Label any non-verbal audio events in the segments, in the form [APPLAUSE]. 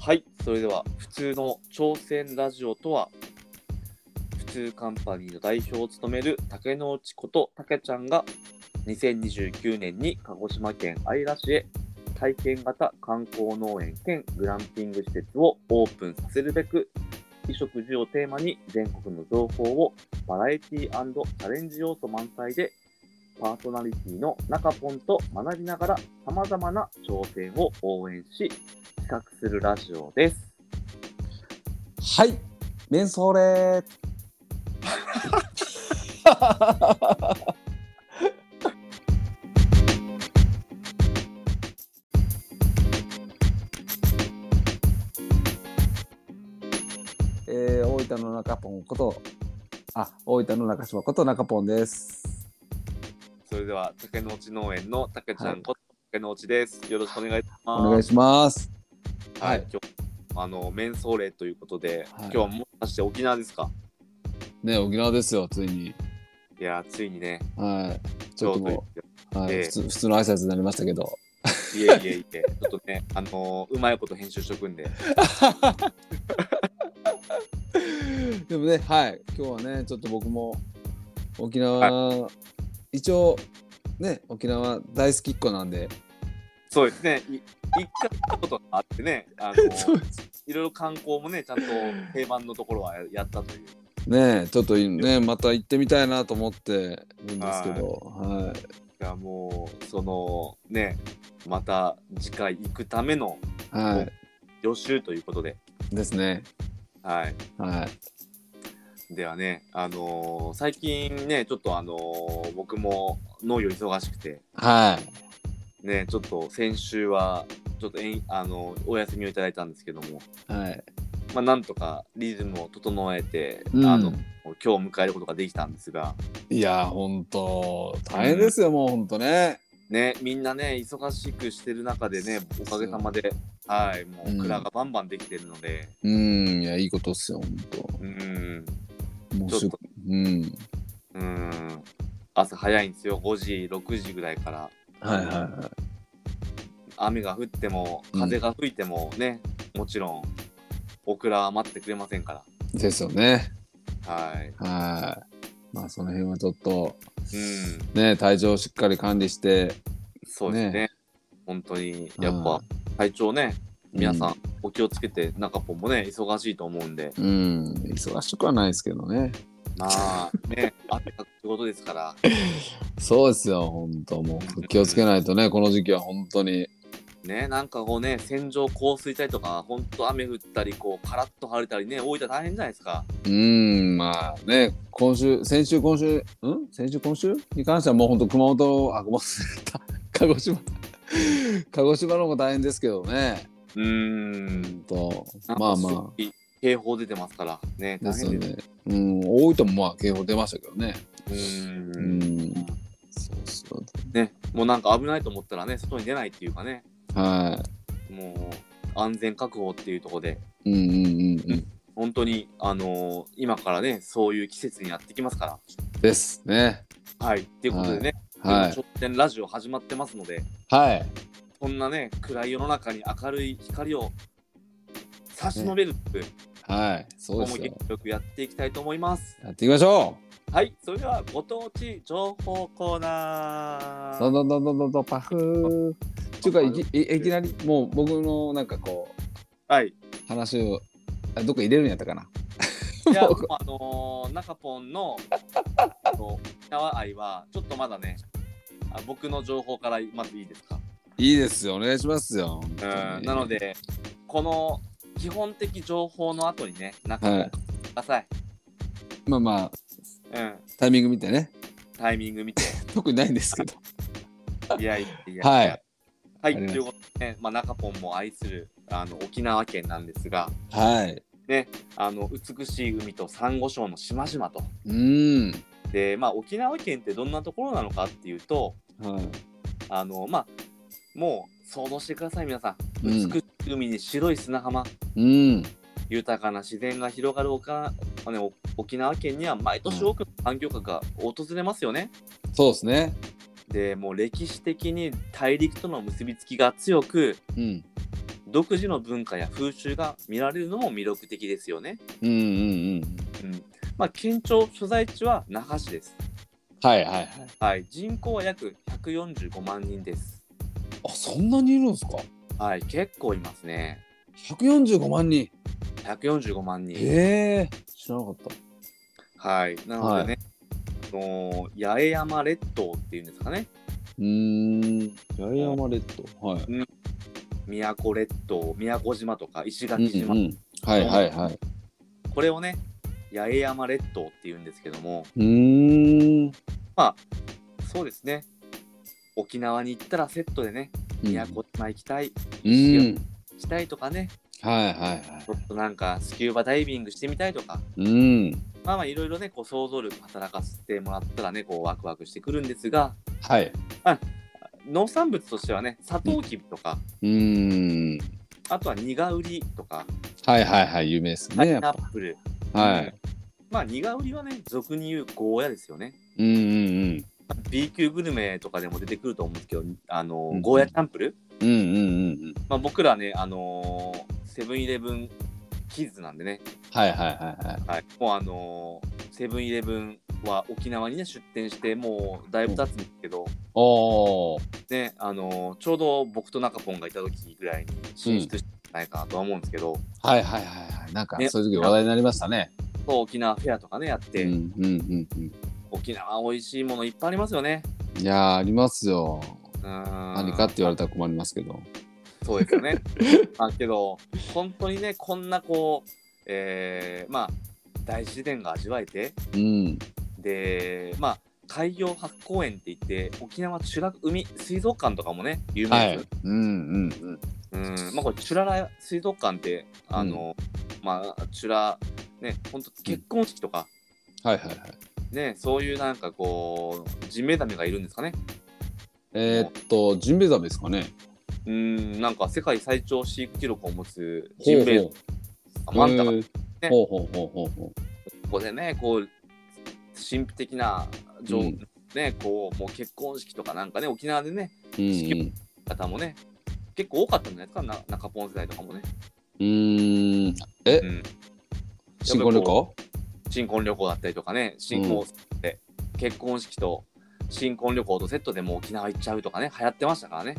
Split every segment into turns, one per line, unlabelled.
はい、それでは普通の挑戦ラジオとは、普通カンパニーの代表を務める竹之内こと竹ちゃんが2029年に鹿児島県姶良市へ体験型観光農園兼グランピング施設をオープンさせるべく、衣食住をテーマに全国の情報をバラエティチャレンジ要素満載でパーソナリティの中ポンと学びながら様々な挑戦を応援し、企画するラジオです。
はい、メンソーレー。 [LAUGHS] えー、大分の中ポンこと、あ、大分の中島こと中ポンです。
それでは竹の内農園の竹ちゃ
は
ん
い
こと竹の内です。よろしくお願いします。
お願いします。
はい、
はい
今日あのメンソーレということで、
は
今
い
日はもしかして沖縄ですか。
ね、沖縄ですよ、ついに。
いやーついにね、
はい。ちょっと
今日
もう、はい
ええ
普通、普通の挨拶になりましたけど。
といういえいえいえ、ちょっとね [LAUGHS] あのーうまいこと編集しとくんで、
[LAUGHS] でもね、はい、今日はね、ちょっと僕も沖縄、一応、ね、沖縄大好きっ子なんで、
そうですね。い一回行ったことがあってね、あの
[LAUGHS]
ーいろいろ観光もねちゃんと定番のところはやったという。
ね、ちょっとね、また行ってみたいなと思ってるんですけど、はい
やもうそのねまた次回行くための
い、は
予習ということで、
い、ですね。
はい。
は
ではね、あのー最近ね、ちょっとあのー僕も農業忙しくて、
い、は
ね、ちょっと先週は、ちょっとえん、あのーお休みをいただいたんですけども、
い、はい、
まあ、なんとかリズムを整えて、
うん
あの、今日迎えることができたんですが、
いや、本当大変ですよ、もう本当ね。
ね、みんなね、忙しくしてる中でね、おかげさまで、はい、も
う
う、
ん
蔵がバンバンできてるので、
うん、いや、いいことっすよ、本
うん、
当。もう
ちょ
す
っ
ぐ
と、
うん、
うん、朝早いんですよ、5時、6時ぐらいから。
はい、はい、は
雨が降っても
うん
風が吹いてもね、もちろんオクラは待ってくれませんか
い、ですよね。
らはい
はい。まあその辺はちょっと
うん
ね体調をしっかり管理して
そうですね
ね
本当にやっ
う
ぱ
ん
体調ね皆さんお気をつけて中ポンもね忙しいと思うんで
うん、うん、忙しくはないですけどね
まあね [LAUGHS] 汗かく仕事ですから
そうですよ本当も
うん
う気をつけないとねこの時期は本当に
ねなんかこうね線状降水帯とか本当雨降ったりこうカラッと晴れたりね大分大変じゃないですか
うんまあね今週先週今週うん先週今週に関してはもう本当熊本あごめんなさい [LAUGHS] 鹿児島鹿児島の方が大変ですけどね
うーん
本
な
当
ん
まあ
かす
ま
ごい警報出てますからね
あで
大
すよ
変です
ねうん大分もまあ警報出ましたけどね
う
う
ーん
んそうそう
ね、もうなんか危ないと思ったらね、外に出ないっていうかね、
はい
もう安全確保っていうところで、
うんうんうんうん。
本当に、あのー今からね、そういう季節にやってきますか
ですね。
ら。はい。っていうことでね、
はい。
ちょっとラジオ始まってますので、
はい。
そんなね、暗い世の中に明るい光を差し伸べるっていう、
はい、そう
今後
ですよ
元。気よくやっていきたいと思います。
やっていきましょ
はい、それではご当地情報コーナ
う。
ー
ど。んどんどんどんどんどんパフー。ちゅうかいきいいきなりもう僕のなんかこ
はい。
う話をあどっか入れるんやったかな。
いや、もうあのー、中ポンのあの沖縄愛は、ちょっとまだね、あ僕の情報からまずいいですか。
いいですよお願いしますよ。本当に
うん、なの。で、この基本的情報の後にね、中ポン
は
く
い。
ださい。
まあまあ
うん、
タイミング見てね。
タイミング見 [LAUGHS] て。
特にないんですけど。
いやいやいや。
はい。
はい、
あ
と
りが
い
と
うことで、ね、まあ、中ポンも愛するあの沖縄県なんですが、
はい。
あの美しい海と珊瑚礁の島々と。
うん。
で、まあ、沖縄県ってどんなところなのかっていうと、
はい。
あの、まあ、もう想像してください、皆さん。
うん
美しい海に白い砂浜、
うん。
豊かな自然が広がる沖縄あの沖縄県には毎年多くの環境下が訪れますよね。
そうですね。
で、もう歴史的に大陸との結びつきが強く、
うん。
独自の文化や風習が見られるのも魅力的ですよね。
うんうんうん。
うんまあ、県庁所在地は那覇市です。
はいはいはい。
はい、人口は約145万人です。
あそんなにいるんですか。
はい、結構いますね。
145万人。
145万人。
へえ。知らなかった。
はい、なのでね、あのー八重山列島っていうんですかね、
うーん。八重山列島。はい。
宮古列島、宮古島とか石
うん
垣島、
うん。はいはいはい。
これをね、八重山列島っていうんですけども、
うーん。
まあ、そうですね、沖縄に行ったらセットでね、宮古島行きたい、
うん。
行きたいとかね、
はいはいは
ちょっとなんかスキューバダイビングしてみたいとか、
い。うん。
まあまあいろいろね、こう想像力働かせてもらったらね、こうワクワクしてくるんですが、
はい。
農産物としてはね、サトウキビとか、
うーん。
あとは苦売りとか、
はいはいはい。有名です
パ
ね。や
イ
っ
ナ
ぱ
ップル。
はい。
まあ苦売りはね、俗に言うゴーヤですよね。
うんうん
まあ B 級グルメとかでも出てくると思うんですけど、あの
うんうん
ゴーヤチャンプル、
うん。うんうんうんうん。
まあ、僕らね、あのーセブンイレブンキッズなんでね、
はいはいはいはい。
はい、もうあのーセブンイレブンは沖縄にね出店してもうだいぶ経つんですけど、
おー。
ねあのーちょうど僕と中ポンがいた時ぐらいに進出したんじゃないかなとは思うんですけど、
はいはいはいはい。なんか
ね
そういう時話題になりましたね。
そう沖縄フェアとかねやっ
う
て、
んうんうんう
沖縄美味しいものいっぱいありますよね。
ん。いやーありますよ。
何
何かって言われたら困りますけど。
そうですよね。まあけど本当にねこんなこう、えーまあ大自然が味わえて
うん。
でまあ海洋博公園って言って沖縄美ら海水族館とかもね有
は
名
い
です。。
うんうん
うんまあこれ美らら水族館ってあの、まあ美らね本当結婚式とか、
はいはいはい。
ねそういうなんかこうジンベエザメがいるんですかね。
えーっと、ジンベエザメですかね。
うんなんか世界最長飼育記録を持つジンベエザメ
ほう
マ
ほう
ンタが
へ
こ
ーほうほうほうほうほ
こでねこう神秘的な情、
うん
ねこうもう結婚式とかなんかね沖縄でね
う。うん
方もね結構多かったんじゃないですかな中ポン世代とかもね、
うん。うーん。え
うん、
新婚旅行
新婚旅行だったりとかね新婚で結婚式と新婚旅行とセットでもう沖縄行っちゃうとかね流行ってましたからね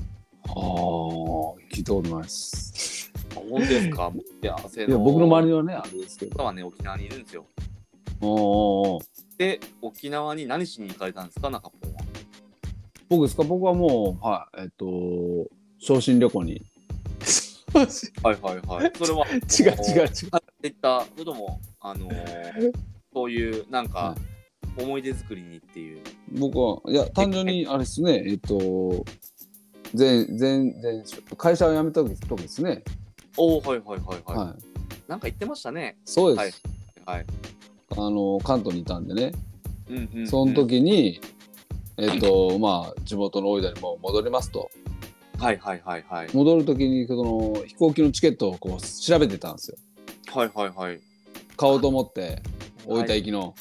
ああ、聞いたことないです。
あ本当ですかもういや
いや、僕の周
り
りにはね、あれですけど。
の方はね沖縄にいるんですよ
おーおーおー
で沖縄に何しに行かれたんですか中ポンは
僕ですか僕はもう、はい、えっと、昇進旅行に。
はいはいはいそれは
違う違う違う。
っていったことも、あの
[LAUGHS]
ーそういうなんか思い出作りにっていう。
僕は、いや、単純に、あれですね、えっと、前、前、前、会社を辞めた時ですね。
おおはいはいはいはい。
はい。
なんか言ってましたね。
そう
はい
です。
はい。
あの、関東にいたんでね。
うんうん、うん。
その。時に、えっと、まあ、地元の大分にもう戻りますと。
はいはいはいはい。
戻る時に、その、飛行機のチケットをこう、調べてたんですよ。
はいはいはい。
買おうと思って、大分
はい
行きの。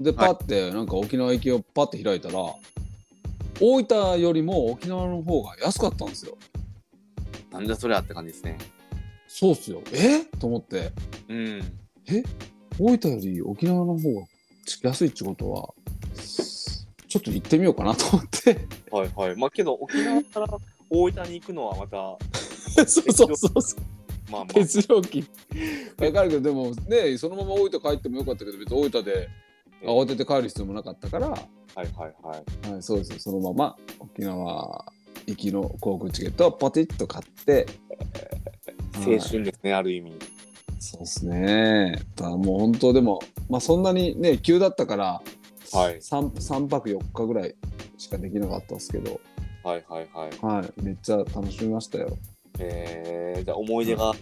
で、パッて、なんか沖縄行きをパッて開いたら、大分よりも沖縄の方が安かったんですよ。
なんじゃそりゃって感じですね。
そうっすよ。えと思って。
うん。
え大分より沖縄の方が安いってことはちょっと行ってみようかなと思って
[LAUGHS] はいはい。まあけど、沖縄から大分に行くのはまた、ま
そうそうそうそう
あまあ、
鉄料 [LAUGHS] 金わかるけどでもねそのまま大分帰ってもよかったけど別に大分で慌てて帰る必要もなかったから、は
はいはいはい。
い、そうですそのまま沖縄行きの航空チケットをポテッと買って
青春ですね、ある意味。
そうですね。だからもう本当でも、まあそんなにね、急だったから、
はい
三三泊4日ぐらいしかできなかったですけど、
はいはいはい。
はい、めっちゃ楽しみましたよ。
えー、じゃあ思い出が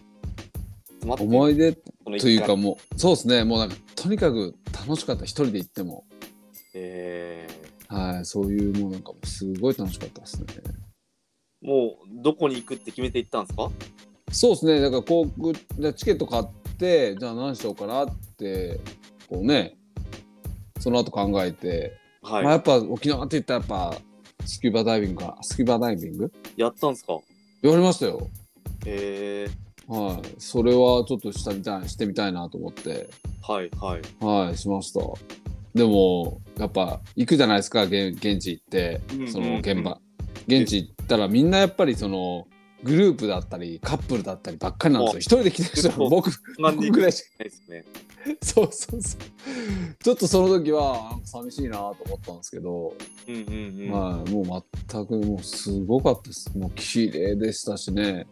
詰まってる
思い出
その一
という
回
かもう、そうですね、もうなんか、とにかく楽しかった、一人で行っても。
えー
はい、そういうもうなんかもうすごい楽しかったですね。
もうどこに行くって決めて行ったんですか
そうですね、だから航空、じゃあチケット買って、じゃあ何しようかなって、こうね、その後考えて、
はい、
まあ、やっぱ沖縄って言ったらやっぱスキューバダイビングかスキューバダイビング
やったんですか
やりましたよ
え
はいそれはちょっとしたみたいしてみたいなと思って
ー、はいはい
はいしましたでもやっぱ行くじゃないですか現現地行って
うんうんうん
その現場、現地行ったらみんなやっぱりそのグループだったりカップルだったりばっかりなんですよ一人で来てる人は僕
なんで
僕
行くな
ぐ
い
らいしか
ですね
[LAUGHS] そうそうそうちょっとその時はなんか寂しいなと思ったんですけど
うんうんうん、
はい、もう全くもうすごかったです。もう綺麗でしたしね、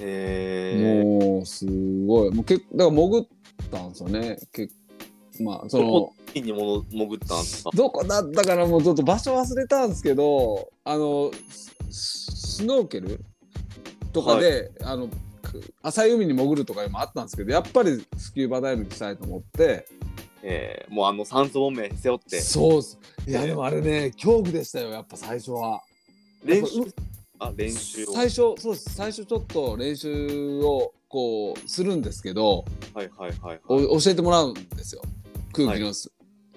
えー、
もうすごい、もうけだから潜ったんですよね。けまあその
付近にも潜ったんですか
どこだったかなもうちょっと場所忘れたんですけど、あのススノーケルとかで、あのく浅い海に潜るとかもあったんですけど、やっぱりスキューバダイビングしたいと思って、
えー、もうあの酸素ボンベ背負って
そうっす。いやでもあれね、恐怖でしたよやっぱ最初は。
練習あ練習をは
最初そうです最初ちょっと練習をこうするんですけど、
いはいはいはい
お教えてもらうんですよ空気のす、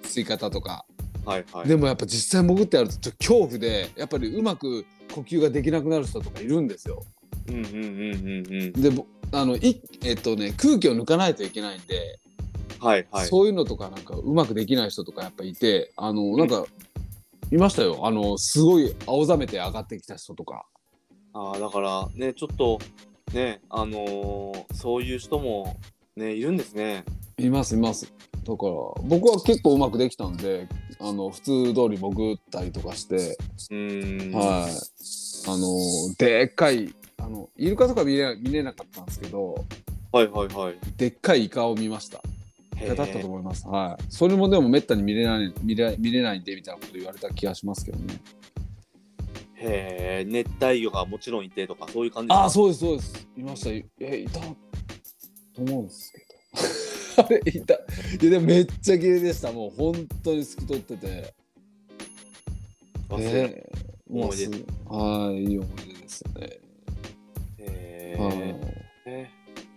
吸い方とか、
はいはい
でもやっぱ実際潜ってやるとちょっと恐怖でやっぱりうまく呼吸ができなくなる人とかいるんですよ
うんうんうんうんうん
でぼあのいえっとね空気を抜かないといけないんで、
はいはい
そういうのとかなんかうまくできない人とかやっぱいてあのなんか、いましたよあのすごい青ざめて上がってきた人とか
ああだからねちょっとねあのーそういう人もねいるんですね
いますいます。だから僕は結構うまくできたんであの普通通り潜ったりとかして、
うーん
はいあのでっかいあのイルカとか見れ見れなかったんですけど
はいはいはい
でっかいイカを見ましたイ
へ
カ
ー
だったと思います、はい、それもでもめったに見れない見れ見れないんでみたいなこと言われた気がしますけどね
へえ熱帯魚がもちろんいてとかそういう感じ
ああ
う
そうですそうですいましたいえいたと思うんですけど [LAUGHS] あれいたいやでもめっちゃ綺麗でしたもう本当に透き通ってて
忘れない
ええもうすぐはい、いい思い出ですよね。
へ
はい
ー、え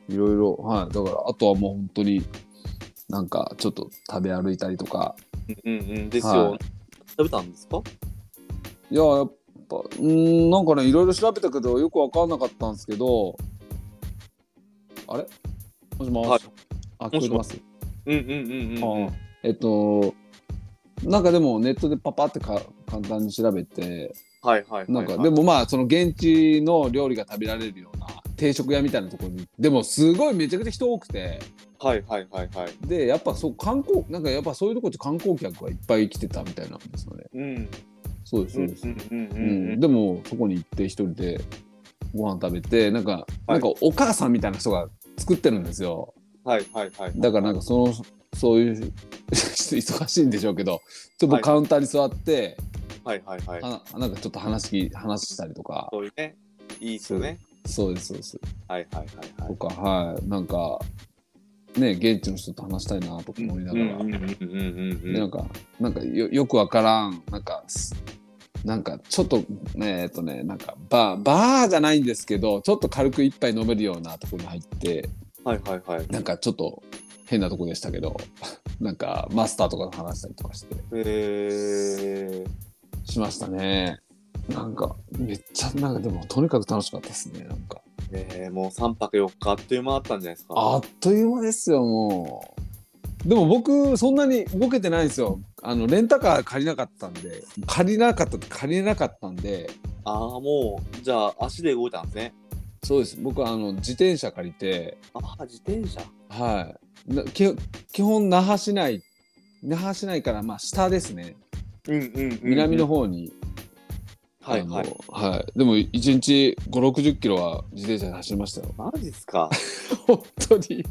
いろいろ、はい、だから、あとはもう本当に。なんか、ちょっと食べ歩いたりとか、
うんうんですよ、
はい
食べたんですか
いや、やっぱ、うーん、なんかね、いろいろ調べたけど、よくわかんなかったんですけど。あれ。もしもし。
はい
あ、聞こえてます。
うんうんうんうんうん
ああえっと。なんかでもネットでパパってか簡単に調べて
はいはいはい、はい、
なんかでもまあその現地の料理が食べられるような定食屋みたいなところにでもすごいめちゃくちゃ人多くて
はいはいはいはい
でやっぱそう観光なんかやっぱそういうとこって観光客がいっぱい来てたみたいなんですよね
うん
そうです
う
そ
ん
うです、
うんうんう
うんん
うん
でもそこに行って一人でご飯食べてなんか、なんかお母さんみたいな人が作ってるんですよ
はいはいはい
だからなんかそのそういう [LAUGHS] 人忙しいんでしょうけどちょっと
はい
僕カウンターに座って、
はいはいはい
あなんかちょっと話き話したりとか
そういうねいいっすよね
そうですそうです
はいはいはいはい
とか、はい、なんか、ね、現地の人と話したいなとか思いながら、
うんうんうんうんうん
でなんか、なんかよよくわからん、なんか、すなんかちょっと、ね、えっとね、なんかバー、バーじゃないんですけど、ちょっと軽く一杯飲めるようなとこに入って、
はいはいはい
なんかちょっと変なとこでしたけど、 [LAUGHS] なんかマスターとかと話したりとかして、
えー、
しましたね。なんか、めっちゃ、なんかでも、とにかく楽しかったですね、なんか。
ねえもう3泊4日あっという間あったんじゃないですか。
あっという間ですよ、もう。でも僕、そんなにボケてないんですよ。あの、レンタカー借りなかったんで、借りなかったって借りれなかったんで、
ああ、もう、じゃあ足で動いたんですね。
そうです。僕、あの、自転車借りて、
ああ、自転車。
はい。な基基本、那覇市内、那覇市内から、まあ、下ですね。
うんうんうんうん
南の。方に。
はい
あの
はい。
はい。でも、1日5、60キロは自転車で走りました
[LAUGHS]
よ。
マジっすか。
本当に。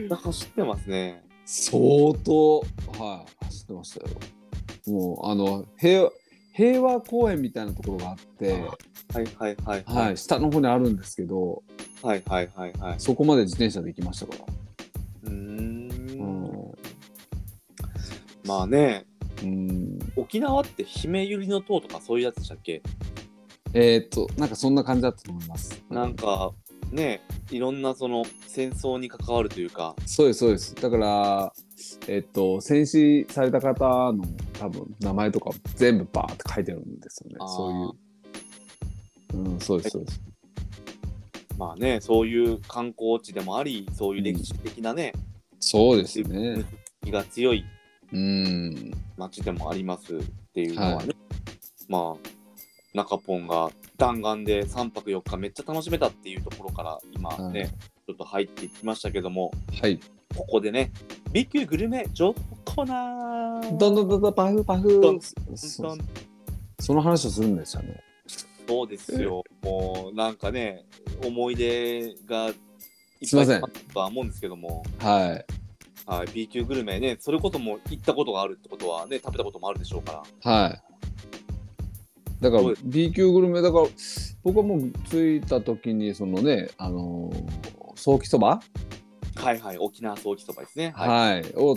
なんか走ってますね。
相当、はい、走ってましたよ。もう、あの、平和、平和公園みたいなところがあって、
はいはいはい
はい、下の方にあるんですけど、
はいはいはいはい。
そこまで自転車で行きましたから。
うー。
うんん。
まあね、
うん、
沖縄って姫百合の塔とかそういうやつでしたっけ
えーっと、なんかそんな感じだったと思います。
なんかね、いろんなその戦争に関わるというか、
そうです、そうです。だから、えーっと、戦死された方の多分、名前とか全部バーって書いてあるんですよね
あー。
そういう。うん、そうです、そうです。
まあね、そういう観光地でもあり、そういう歴史的なね、
そうですね。
気が強い
うん。
街でもありますっていうのはね、まあ、中ポンが弾丸で3泊4日めっちゃ楽しめたっていうところから今ね、
はい
ちょっと入っていきましたけども、
はい。
ここでね、B 級グルメ情報コーナー
どんどんどんどんパフパフ
どん
そ
どん
その話をするんですよね。
そうですよ。もうなんかね、思い出がいっ
すい
ぱ
ま
い
せん
あったとは思うんですけども、
は
はい、B 級グルメね、それこそもう行ったことがあるってことはね、食べたこともあるでしょうから。
い。はい。だから
そうで
B 級グルメだから僕はもう着いた時にそのねあのーソーキそば
はいはい、沖縄ソーキそばですね。はい。
はい、を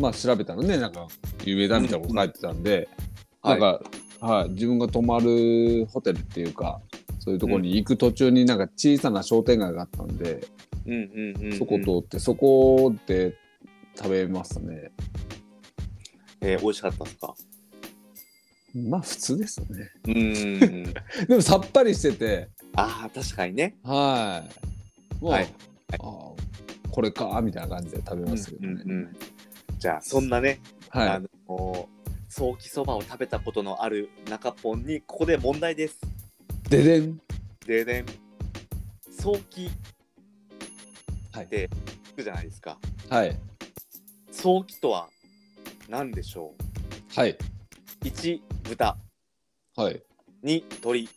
まあ調べたらねなんか有名だみたいなこと書いてたんで、
はい
なんか、はい、自分が泊まるホテルっていうかそういうところに行く途中になんか小さな商店街があったんで、
うんうんうんうん、
そこ通ってそこで食べましたね。
えー美味しかったですか
まあ普通ですよね。
うーん。
でもさっぱりしてて、
[LAUGHS] ああ、確かにね。
はい。もう、
はい
あーこれかみたいな感じで食べましたけ
う
ど
ん
ね。
うんうんじゃあ、そんなね、あ
はい。
のソーキそばを食べたことのある中ポンに、ここで問題です。
ででん。
ででん、ソーキ
はい
で。聞くじゃないですか。
はい。
早期とは何でしょ
はい。
う ?1 豚
はい。
2鳥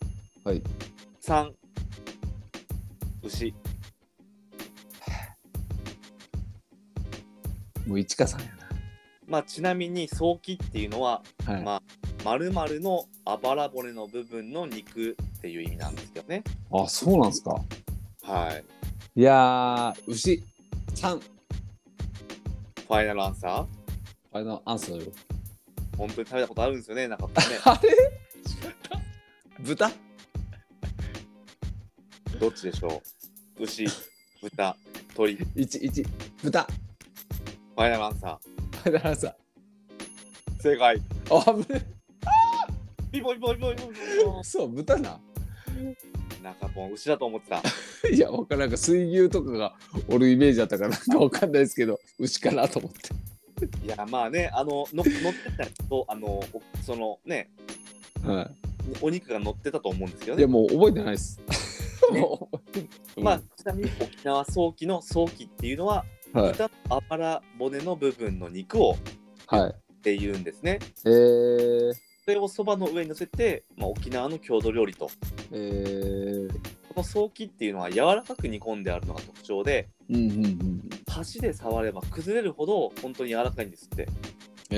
はい。
3牛
もう一華さんや
まあちなみに早期っていうのは
な。はい。
まあ丸々のあばら骨の部分の肉っていう意味なんですよね
あ、そうなんですか。
はい
いやー、牛さん。
ファイナルアンサ
あれのアンサーよ。
ー本当に食べたことあるんですよねなんかね
あれ豚
どっちでしょう牛豚鳥フ
一一豚フ
ァイナルアンサ
ァイナルアンサ
ー正解
ー。あぶね。
ピボイボイボイボイボイボ
そう、豚な。
イ中ポン牛だと思ってた
いや、わからんなんか水牛とかが俺イメージだったからなんかわかんないですけど、牛かなと思って。
いやまあねあのの乗ってたやつとあのおそのね
は
お肉が乗ってたと思うんですけど
い。いや、
ね。
もう覚えてない
[LAUGHS]
です。
ね
もう覚えて
まあ、ちなみに沖縄早期の早期っていうのは、
うんはい。
豚のあばら骨の部分の肉をっ
はい。
ていうんですね。
えー、
それをそばの上に乗せて、まあ、沖縄の郷土料理と。こ
えー、
の早期っていうのは柔らかく煮込んであるのが特徴で、
うんうんうん。
箸で触れば崩れるほど本当に柔らかいんですって。
え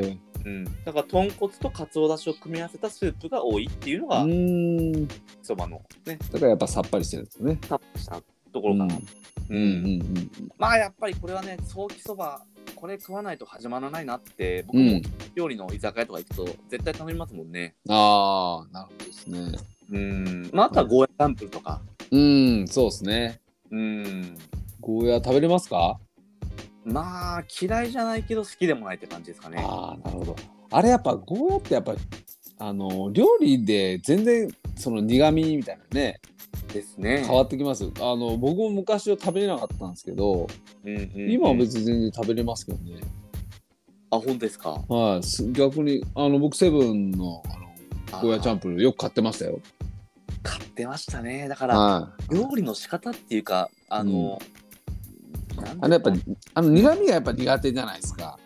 ー、
うん。だから豚骨と鰹だしを組み合わせたスープが多いっていうの
う
が、
ーん。だ
そばのね、
からやっぱさっぱりしてるんですね。
たっぷりしたところかな。う
うんうんうん。
まあやっぱりこれはね、早期そば、これ食わないと始まらないなって、僕も料理の居酒屋とか行くと絶対頼みますもんね。
ああ、なるほどですね。
うん。まああとはゴーヤチャンプルとか。
うん、そうですね。
うん。
ゴーヤ食べれますか、
まあ嫌いじゃないけど好きでもないって感じですかね。
ああ、なるほど。あれやっぱゴーヤってやっぱ、あの、料理で全然その苦味みたいなね
ですね。
変わってきますよあの僕も昔は食べれなかったんですけど
うんうんうん
今は別に全然食べれますけどね、
あ、本当ですか。
はいす逆にあの僕セブンのあのゴーヤチャン
プ。
プルーよく買ってましたよ
買ってましたね。だから、
はい
料理の仕方っていうか、あの、なん
あのやっぱあの苦味がやっぱ苦手じゃないですか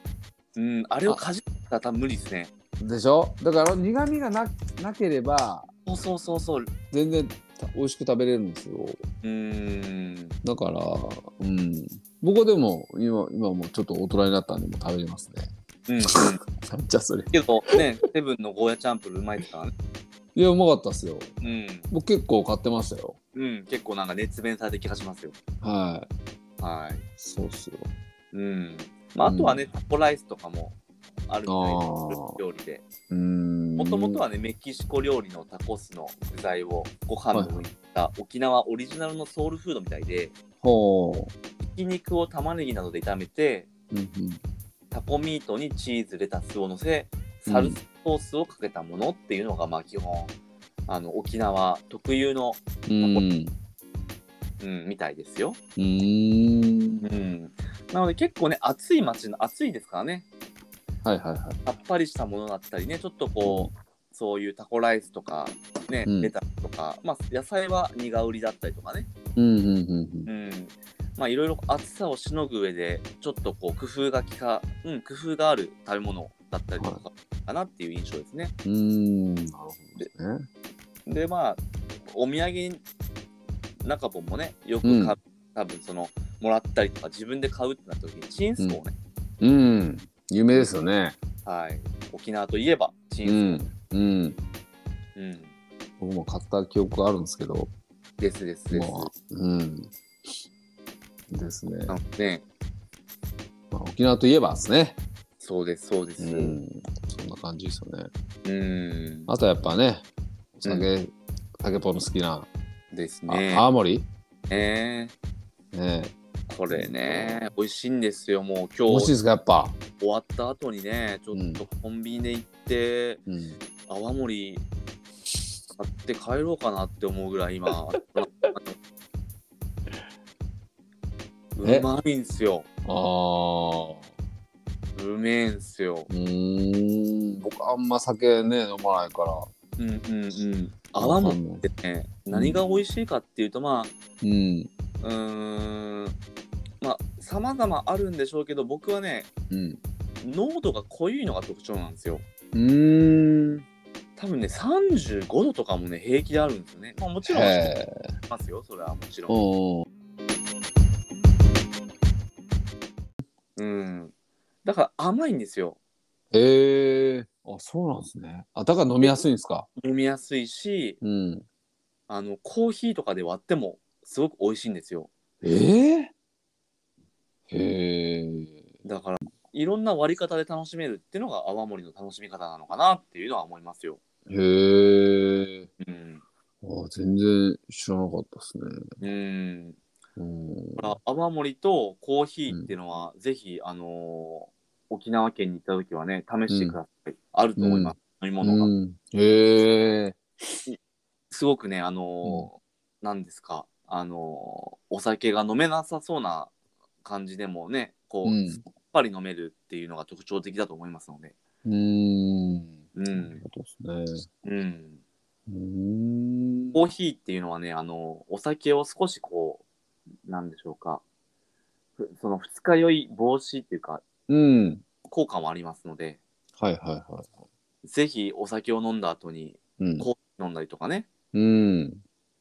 うん、あれをかじったら多分無理ですね。
でしょだからあの苦味がななければ
そうそうそうそう。
全然た美味しく食べれるんですよ
うーん。
だからうん僕はでも今今もうちょっと大人になったんでもう食べれますね [LAUGHS]
うん、うん。
じゃあそれ
けど、ね、 [LAUGHS] セブンのゴーヤチャンプルーうまいですからね。
いやうまかったっすよ
うん。
僕結構買ってましたよ
うん、結構なんか熱弁されて気がしますよ。
はい
はい。
そうっすよ
うん。まあ、あとはね、タコライスとかもあるみたい
あ
な
ー
料理で。
うん
もともとはね、メキシコ料理のタコスの具材をご飯の上にいった沖縄オリジナルのソウルフードみたいで、
ほ
ひき肉を玉ねぎなどで炒めて、
う、うんうん、
タコミートにチーズ、レタスを乗せ、サルスソースをかけたものっていうのが、まあ基本、あの、沖縄特有の、
うん
うん、みたいですよ。
う
う
ん
ん。なので結構ね、暑い街の、暑いですからね、
はいはいはい
さっぱりしたものだったりね、ちょっとこう、そういうタコライスとか、ね、
うん
レタスとか、まあ野菜は苦売りだったりとかね、
うんうんうん
うん。まあいろいろ暑さをしのぐ上で、ちょっとこう、工夫がきか、うん、工夫がある食べ物だったりとか、かなっていう印象ですね。
うんなるほどね
で、まあ、お土産中本もね、よく買う、多分その、もらったりとか、自分で買うってなった時に、チンスコをね、
うん有名ですよね
はい、沖縄といえば、チン
う
スコ、
んうん
うん
僕も買った記憶があるんですけど
ですですです。
まあうんですね
なのでね、
まあ沖縄といえばですね
そうです、そうです。うん。
そんな感じですよねあとやっぱねお酒酒ポンの好きな
です
あ
ね。
青森
ね
ねえ
これね、美味しいんですよ。もう
美
今
味しいで
日
すかやっぱ
終わった後にね、ちょっとコンビニで行って、
うん
泡盛買って帰ろうかなって思うぐらい今。
え
うまいんすよ。
ああ
うめえんすよ。
うーん僕あんま酒ね飲まないから
うんうんうん。泡盛ってね、何が美味しいかっていうと、まあ、
うん
うーんまあ様々あるんでしょうけど僕はね
うん
濃度が濃いのが特徴なんですよ
うーん
多分ね35度とかもね平気であるんですよね、まあ、もちろん知って
へえ
ますよそれはもちろん
おー
うんだから甘いんですよ
へえあそうなんですねあだから飲みやすいんですか
飲みやすいし
うん
あのコーヒーとかで割ってもすごく美味しいんですよ
ええへえ
だからいろんな割り方で楽しめるっていうのが泡盛の楽しみ方なのかなっていうのは思いますよ
へえ
うん
あ全然知らなかったですね
うん
うん
だから泡盛とコーヒーっていうのは、ぜひ、あのー沖縄県に行った時はね、試してください。あると思います。飲み物が。
うん、へえ
すごくね、あのーなんですか、あのーお酒が飲めなさそうな感じでもね、こう、
うん
さっぱり飲めるっていうのが特徴的だと思いますので。
うん
うん。
そうです
うん。
ねうん
コーヒーっていうのはね、あのーお酒を少しこう、なんでしょうか、ふその二日酔い防止っていうか、
うん
効果もありますので、
はいはいは
ぜひお酒を飲んだ後に
いうん
コーヒー飲んだりとかね、
うん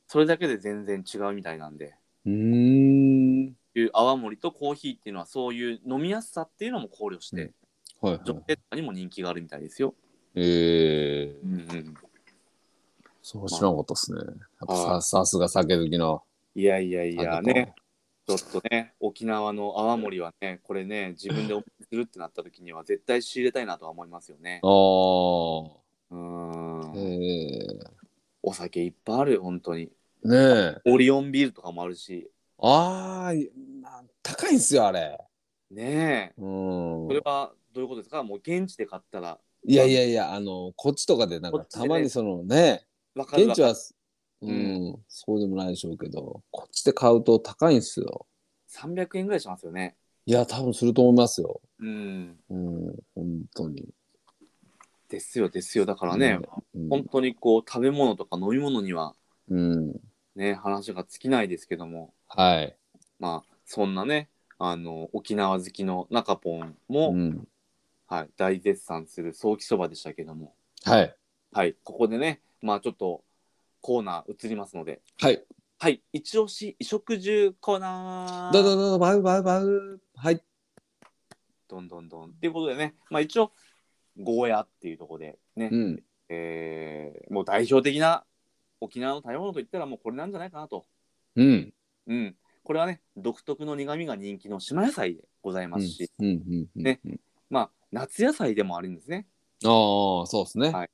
それだけで全然違うみたいなんで、
うん
いう泡盛とコーヒーっていうのはそういう飲みやすさっていうのも考慮して、
はいはい
女性とかにも人気があるみたいですよ。
ええ
うんうん、
そう知らなかったですね。やっぱ
は
ささすが酒好きの。
いやいやいや
あなた
ね、ちょっとね、沖縄の泡盛はね、これね、自分でお持ちするってなった時には絶対仕入れたいなとは思いますよね。うー
ああ。
ん、
ええ
お酒いっぱいある、本当に。
ねえ。
オリオンビールとかもあるし、
ああ、いなん高いんすよ、あれ。
ねえ、
うん
こ。れはどういうことですかもう現地で買ったら
いやいやいや、あの、こっちとかでなん
こ
か
っちで
た
ね
まにそのね、
わかる
現
わ
地
かる。
は、うん、そうでもないでしょうけど、こっちで買うと高いんですよ。
300円ぐらいしますよね。
いや、多分すると思いますよ。
うん。
うん、本当に。
ですよ、ですよ。だからね、
うん
本当にこう、食べ物とか飲み物には
うん、
ね、話が尽きないですけども、
はい。
まあ、そんなね、あの、沖縄好きの中ポンも、
うん、
はい、大絶賛する早期そばでしたけども、
はい。
はい、ここでね、まあちょっとコーナー移りますので、
はい。
はい、一押し、衣食住コーナー
だだだだ、バウバウバウ。はい。
どんどんどん。っていうことでね、まあ一応、ゴーヤっていうところでね、
うん。
えーもう代表的な沖縄の食べ物といったらもうこれなんじゃないかなと。
うん。
うん。これはね、独特の苦味が人気の島野菜でございますし、
うん。うん。うん
ね。まあ夏野菜でもあるんですね。
ああ、そうですね。
はい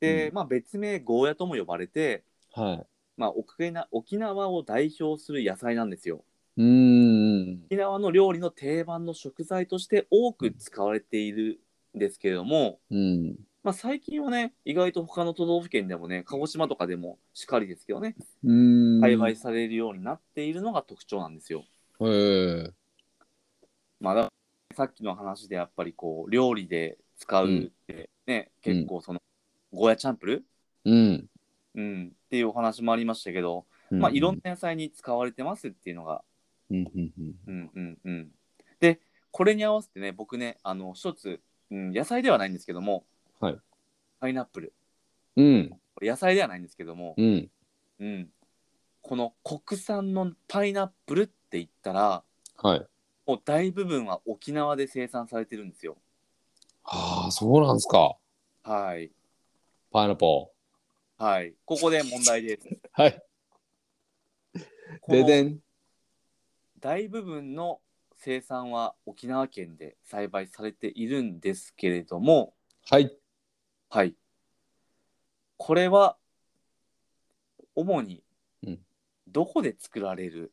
で、
う
まあ別名ゴーヤとも呼ばれて、
は
まあ、沖縄沖縄を代表する野菜なんですよ。
い。うん。
沖縄の料理の定番の食材として多く使われているんですけれども、
うん。
まあ、最近はね意外と他の都道府県でもね鹿児島とかでもしかりですけどね
うん。
栽培されるようになっているのが特徴なんですよ。
へえ。
まあ、ださっきの話でやっぱりこう料理で使うって、ね
うん
結構そのゴーヤチャンプル、
うん。
うん、っていうお話もありましたけど、まあ、いろんな野菜に使われてますっていうのが
うん。うん。うん。
うんうんうん。で、これに合わせてね、僕ね、あの、一つ、うん、野菜ではないんですけども、
はい。
パイナップル。
うん。
これ野菜ではないんですけども、
うん。
うん。この国産のパイナップルって言ったら、
はい。
もう大部分は沖縄で生産されてるんですよ。
ああ、そうなんですか。
はい。
パイナポ
はい。ここで問題
[LAUGHS]
です。
ー。はい。
こ
で
の
でん。
大部分の生産は沖縄県で栽培されているんですけれども、
はい。
はい。これは、主に
うん、
どこで作られる、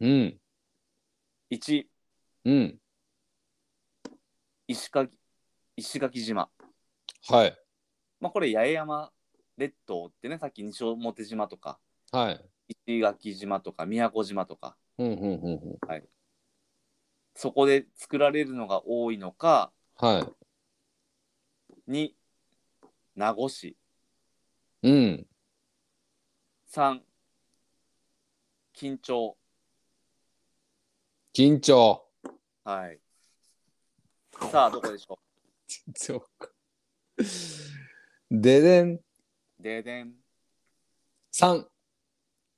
うん。
?1、
うん。
石垣、石垣島。
はい。
まあ、これ、八重山列島ってね、さっき西表島とか、
はい。
石垣島とか、宮古島とか、
うん。うん。うん。うん
そこで作られるのが多いのか、
は
2、名護市。
い。うん。
3、緊張。
緊張。
はい。さあ、どこでしょ
緊張か。ででん。
うででん。
三。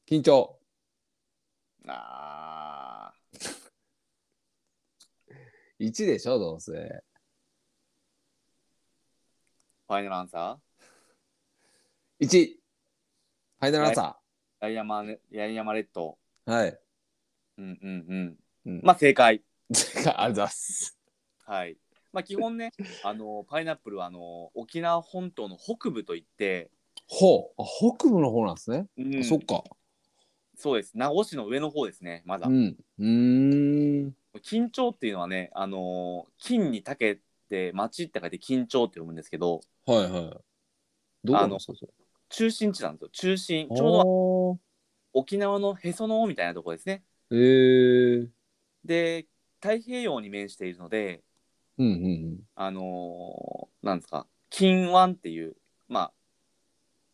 緊張。
あー
一でしょ、どうせ。
ファイナルアンサー
一。ファイナルアンサ
八重山ね、八重山列島。
ー。はい。
うんうんうん。
うん [LAUGHS]
まあ正解。
ありがとうございます。
はい。まあ基本ね、あのパイナップルはあの沖縄本島の北部といって、
ほう。あ、北部の方なんですね。
うん
そっか。
そうです。名護市の上の方ですね、まだ。
うん。うーん。
緊張っていうのはね、あの金にたけて町って書いて緊張って読むんですけど、
はいはい。どうなんですかそれ
中心地なんですよ。中心、ちょうど
ょ
沖縄のへその緒みたいなところですね。
うど。へえ。
で、太平洋に面しているので、
うんうん
あのーなんですか金湾っていう、ま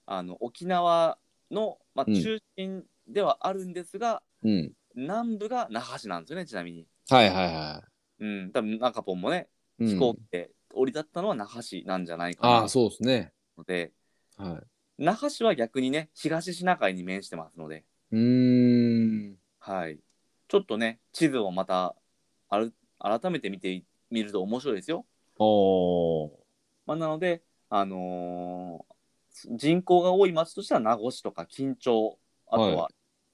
あ、あの沖縄の、まあ、
うん
中心ではあるんですが、
うん。うん。
南部が那覇市なんですよねちなみに。
はいはいは
うん、多分中ポンもね
い。うん
飛行機で降り立ったのは那覇市なんじゃないか
あ
な
あ、そうですね。
ので、
は
那覇市は逆にね東シナ海に面してますので、
い。うーん。
はい、ちょっとね地図をまたある改めて見てみると面白いですよ。
おー。
まあ、なので、あのー人口が多い町としては名護市とか金町あとは、
は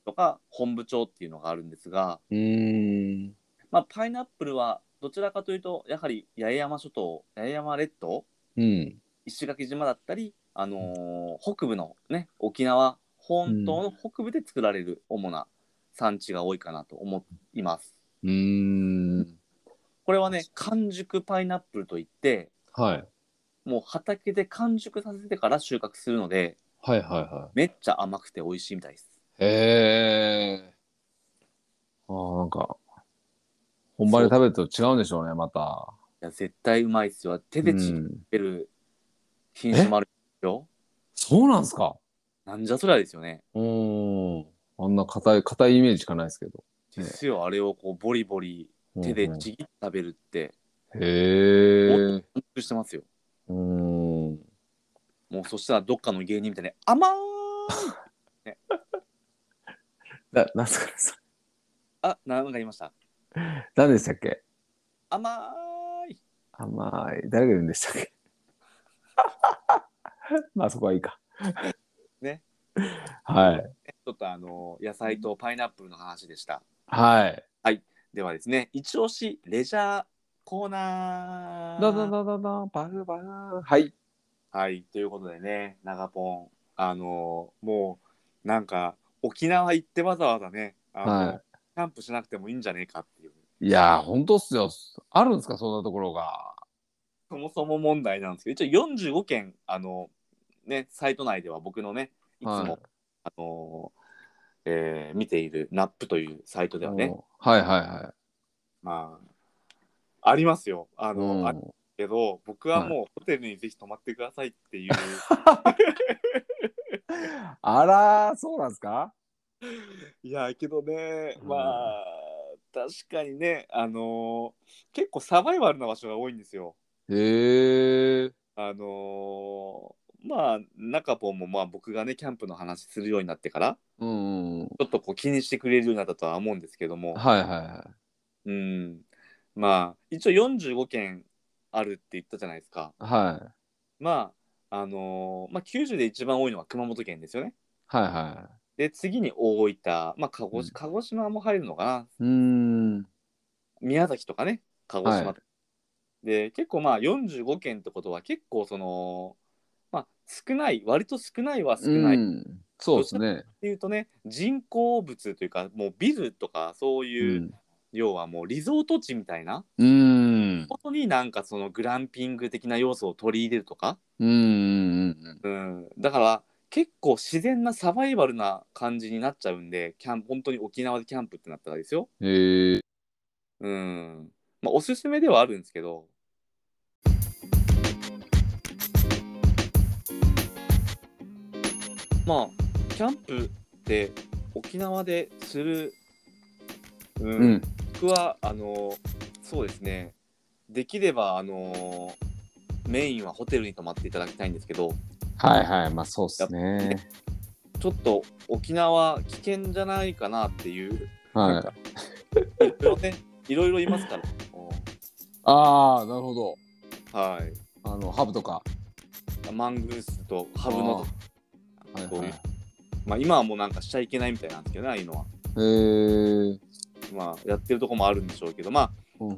とか本部町っていうのがあるんですが、
うーん。
まあ、パイナップルはどちらかというとやはり八重山諸島八重山列島
うん。
石垣島だったり、あのー北部のね沖縄本島の北部で作られる主な産地が多いかなと思います。
うーん。
これはね完熟パイナップルといって
はい。
もう畑で完熟させてから収穫するので
はいはいは
めっちゃ甘くて美味しいみたいです
い。へえ。ああ、なんか、本場で食べると違うんでしょうね、また。
いや絶対うまいっすよ手でちぎっ
うん
てる品種もあるよ、
そうなんすか
なんじゃそりゃですよね
うーん。あんな硬い、硬いイメージしかないですけど。
で
ね
すよあれをこうボリボリ手でちぎって食べるって
うんうんへえ。
完熟してますよ
うーん。
もうそしたらどっかの芸人みたいに甘ーい
な、なんすか [LAUGHS] それ
あなんか言いました
何でしたっけ
甘ーい
甘い。誰が言うんでしたっけ [LAUGHS] まあそこはいいか。
ね。
はい。
ちょっとあの野菜とパイナップルの話でした
はい。
ではですね一押しレジャーコーナー
だだだだだ、バグバグ。はい。
はい、ということでね、長ポン、あのーもう、なんか、沖縄行ってわざわざね、あの
はい
キャンプしなくてもいいんじゃねえかっていう、
いやー、ほんとっすよ。あるんですか、そんなところが。
そもそも問題なんですけど、一応45件、あのね、サイト内では僕のね、いつも、
はい
あのーえー見ている NAP というサイトではね、
はいはいは
まあ、ありますよ。あ
い。
の、
うん
あるけど、僕はもうホテルにぜひ泊まってくださいっていう、
あらー、そうなんですか
いやけどね
うん
まあ、確かにねあのー結構サバイバルな場所が多いんですよ。
へえ。
あのーまあ中ポンもまあ僕がねキャンプの話するようになってから
うんうん。
ちょっとこう気にしてくれるようになったとは思うんですけども、
はいはいは
うんまあ一応45件あるって言ったじゃないですか
い。はい。
まああのーまあ九州で一番多いのは熊本県ですよね。
はいは
で次に大分、まあ鹿児
うん
鹿児島も入るのかな、
い。うーん。
宮崎とかね鹿児島とか、
は
で結構まあ45件ってことは結構そのまあ少ない割と少ないは少ない、
う
っ
んそうですね。
ていうとね人工物というかもうビルとかそう
う
いう、
ん。
要はもうリゾート地みたいな
うーん。
ことになんかそのグランピング的な要素を取り入れるとか、
うんうんうん
うん、だから結構自然なサバイバルな感じになっちゃうんでキャンプ本当に沖縄でキャンプってなったらですよ。
うん。へえ。
うん。まあ、おすすめではあるんですけど。まあ、キャンプって沖縄でする、うん
うん。
僕は、あの、そうですね、できれば、あの、メインはホテルに泊まっていただきたいんですけど、
はいはい。まあそうですね。
ちょっと沖縄危険じゃないかなっていう、なん
は
か
い。
いろいろね、いろいろいますから。
ああ、なるほど。
はい。
あの、ハブとか。
マングースとハブの
あー。
こう
はいいうは
まあ、今はもうなんかしちゃいけないみたいなんですけどねああいうのは、
い。へえ。
まあ、やってるとこもあるんでしょうけどま
うんうん
あ、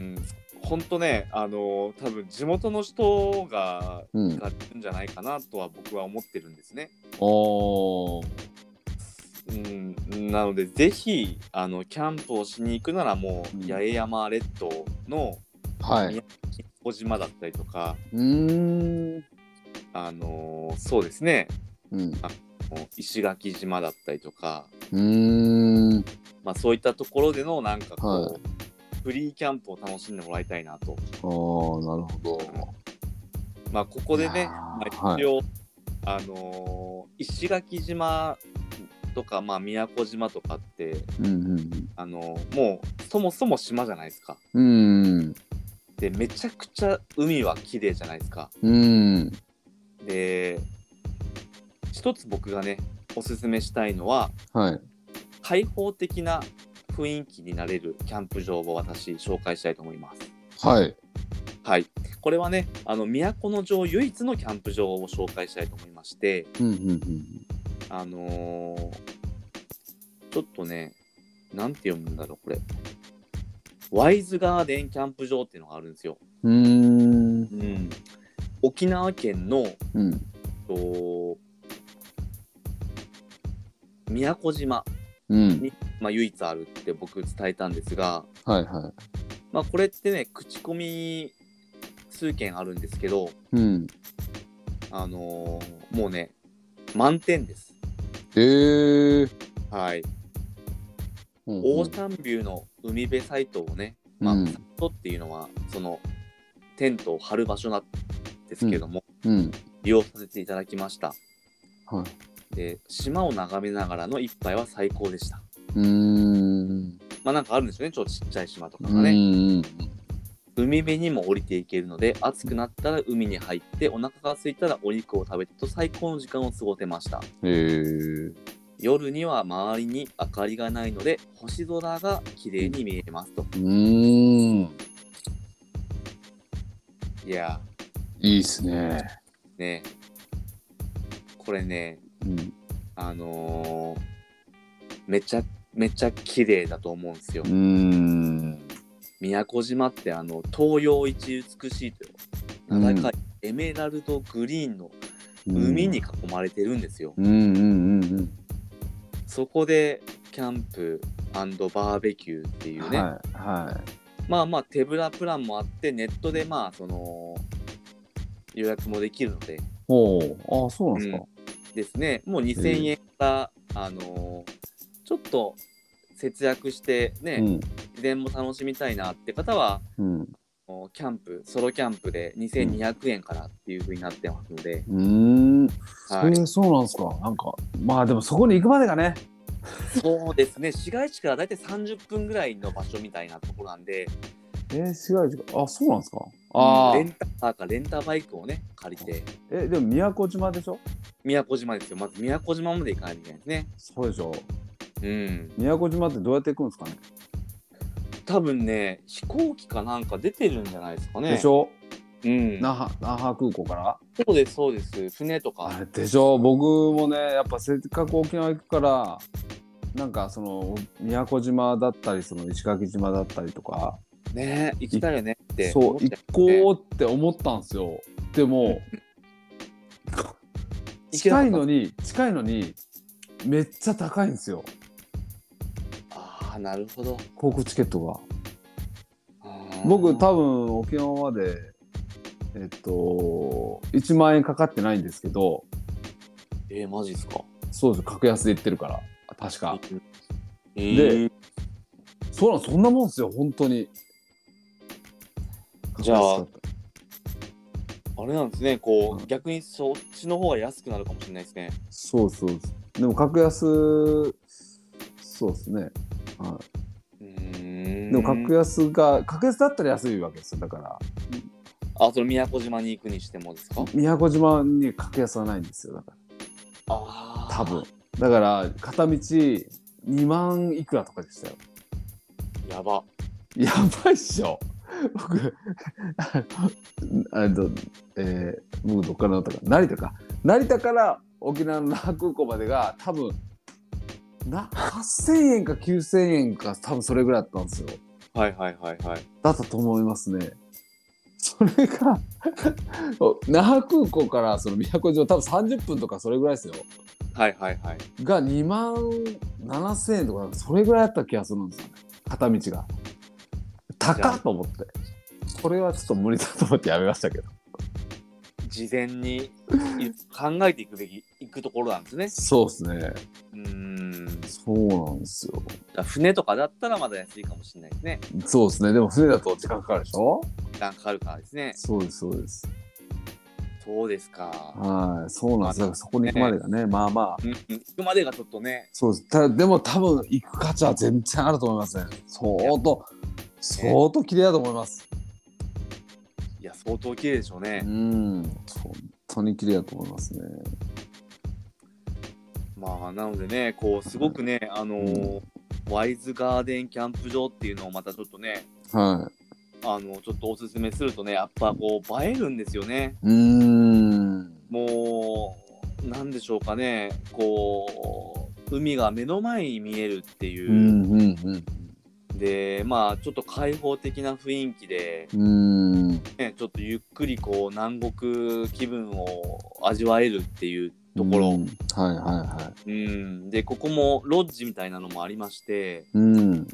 うん、ほんとねあのー多分地元の人が
うん。
買ってるんじゃないかなとは僕は思ってるんですね、
おー。
うん、なのでぜひあのキャンプをしに行くならも
うん
う八重山列島の
はい。
宮崎小島だったりとか、
うーん。
あのーそうですね
う
も
ん。
う石垣島だったりとか、
うーん。
まあ、そういったところでのなんかこう、
は
フリーキャンプを楽しんでもらいたいなと
ああ、なるほど。
まあ、ここで
い
ね、
やー
まあ、一応、あのー石垣島とか、まあ、宮古島とかって、
うんうん
あのーもうそもそも島じゃないですか。
うん。
でめちゃくちゃ海は綺麗じゃないですか。
うん。うん。
で一つ僕がねおすすめしたいのは
はい。
開放的な雰囲気になれるキャンプ場を私紹介したいと思います。
はい。
はい、これはねあの都城唯一のキャンプ場を紹介したいと思いまして、
うんうんうん。
あのーちょっとね、なんて読むんだろう、これ。ワイズガーデンキャンプ場っていうのがあるんですよ。
うーん。
うん、沖縄県の
うん。
と宮古島、
うん。
まあ、唯一あるって僕伝えたんですが、
はいは
まあ、これってね、口コミ数件あるんですけど、
うん。
あのーもうね、満点です。
えー。
はい。
うん
オーシャンビューの海辺サイトをね、まあ、
うん
サイトっていうのは、その、テントを張る場所なんですけども、
うん。
利用させていただきました。
は
で、島を眺めながらの一杯は最高でした。
うーん。
まあなんかあるんですよね、ちょっとちっちゃい島とか
う
がね。
ん。
海辺にも降りていけるので、暑くなったら海に入って、お腹が空いたらお肉を食べてと最高の時間を過ごせました。
えー。
夜には周りに明かりがないので、星空が綺麗に見えますと。
うーん。
いや
いいっすね。
ー、ね、これね、
うん。
あのーめちゃめちゃ綺麗だと思うんですよ
うー。ん。
宮古島ってあの東洋一美しいという名高いエメラルドグリーンの海に。囲まれてるんですよ。
うんうんうんうん。
そこでキャンプバーベキューっていうね、
はいは
まあまあ手ぶらプランもあってネットでまあその予約もできるので
い。ほう。あ、そうなんですか。
ですねもう2000円から、あのーちょっと節約してね、
うん。
自然も楽しみたいなって方は
うん。
おキャンプソロキャンプで2200円からっていう風になってますので、
うー
は
ん。
い
えーそうなんですか。なんか、まあでもそこに行くまでがね。
そうですね市街地からだいたい30分ぐらいの場所みたいなところなんで
えー、違う違う。あ、そうなんですか。あ
レ
ー
ンタカーかレンタバイクをね借りて
え、でも宮古島でしょ
宮古島ですよまず宮古島まで行かないといけないですね
そうでしょ。
うん
宮古島ってどうやって行くんですかね。
多分ね飛行機かなんか出てるんじゃないですかね
でしょ
うん
那覇、那覇空港から
そうですそうです船と
あ
か
れでしょ僕もね、やっぱせっかく沖縄行くから、なんかその宮古島だったり、その石垣島だったりとか、
ね行きたいよねって
そう、
思っ
行
ちゃ
こうって思ったんですよ。
[LAUGHS]
でも、
行けなか
近
った
いのに、近いのに、めっちゃ高いんですよ。
ああなるほど
航空チケットが。
あー
僕、多分、沖縄まで、えっと、1万円かかってないんですけど、
えー、マジですか
そうです格安で行ってるから、確か。
で、
そうなん、そんなもんですよ、本当に。
じゃあ
格安だった
あれなんですね、こう、
うん
逆にそっちの方が安くなるかもしれないですね。
そうそうそう。でも、格安、そうですね。は
う
い。
ーん
でも格安が格安だったら安いわけですよだから
あ、その宮古島に行くにしてもですか
宮古島に格安はないんですよだから
ああ。
多分。だから片道2万いくらとかでしたよ
やば。
やばいっしょ僕あのえー、僕どっからだったか成田か成田から沖縄の那覇空港までが多分な8000円か9000円か多分それぐらいだったんですよ
はいはいはいはい。
だったと思いますね。それが [LAUGHS] お那覇空港からその宮古島多分30分とかそれぐらいですよ
はいはいはい。
が2万7,000円とかなんかそれぐらいだった気がするんですよね片道が。高っと思ってこれはちょっと無理だと思ってやめましたけど
事前にい考えていくべき、行くところなんですね。
そうですね
うーん。じ
そうなんですよ
ゃあ船とかだったらまだ安いかもしれないですね。
そうですねでも船だと時間かかるでしょ
時間かかるからですね。
そうですそうです
そうですか。
はいそうなんですだからそこに行くまでがねまあまあ
うん、うん行くまでがちょっとね、
そうです。ただでも多分行く価値は全然あると思いますね。相当、相当綺麗だと思います。
いや、相当綺麗でしょうね
う。ん、本当に綺麗だと思いますね。
まあなのでね、こうすごくね、あのーワイズガーデンキャンプ場っていうのをまたちょっとね、
は
あのちょっとおすすめするとね、やっぱこう映えるんですよね。
い。うーん。
もう、なんでしょうかね、こう、海が目の前に見えるっていうう、
んうん
で、まあちょっと開放的な雰囲気で、
うん。うーん。
ね、ちょっとゆっくりこう南国気分を味わえるっていうところ、
うん。はいはいは
うん、で、ここもロッジみたいなのもありまして、
い。うん。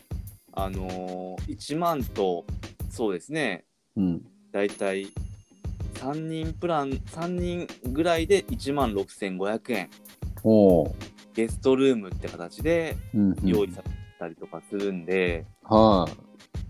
あのー、1万とそうですね
うん。
大体3人プラン、3人ぐらいで1万6500円、
おう
ゲストルームって形で
うんうん
用意されたりとかするんで、
は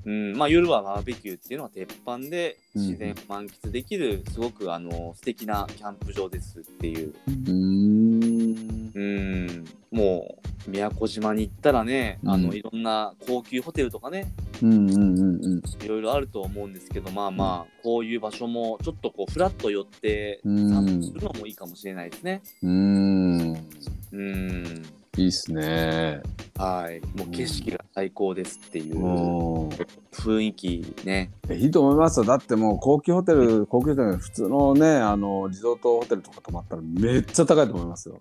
うんまあ、夜はバーベキューっていうのは鉄板で自然を満喫できる、すごくあの素敵なキャンプ場ですっていう、
い。うーん。
うん、もう宮古島に行ったらね、
うん
あのいろんな高級ホテルとかね
うんうんうんうん。
いろいろあると思うんですけどまあまあこういう場所もちょっとこうフラッと寄って
うん
散歩するのもいいかもしれないですね。
うーん。
うん
いいっすね。
はい、もう景色が最高ですっていう
うん。
雰囲気ね。
いいと思いますよ。だってもう高級ホテル、高級ホテル、普通のね、あの、リゾートホテルとか泊まったらめっちゃ高いと思いますよ。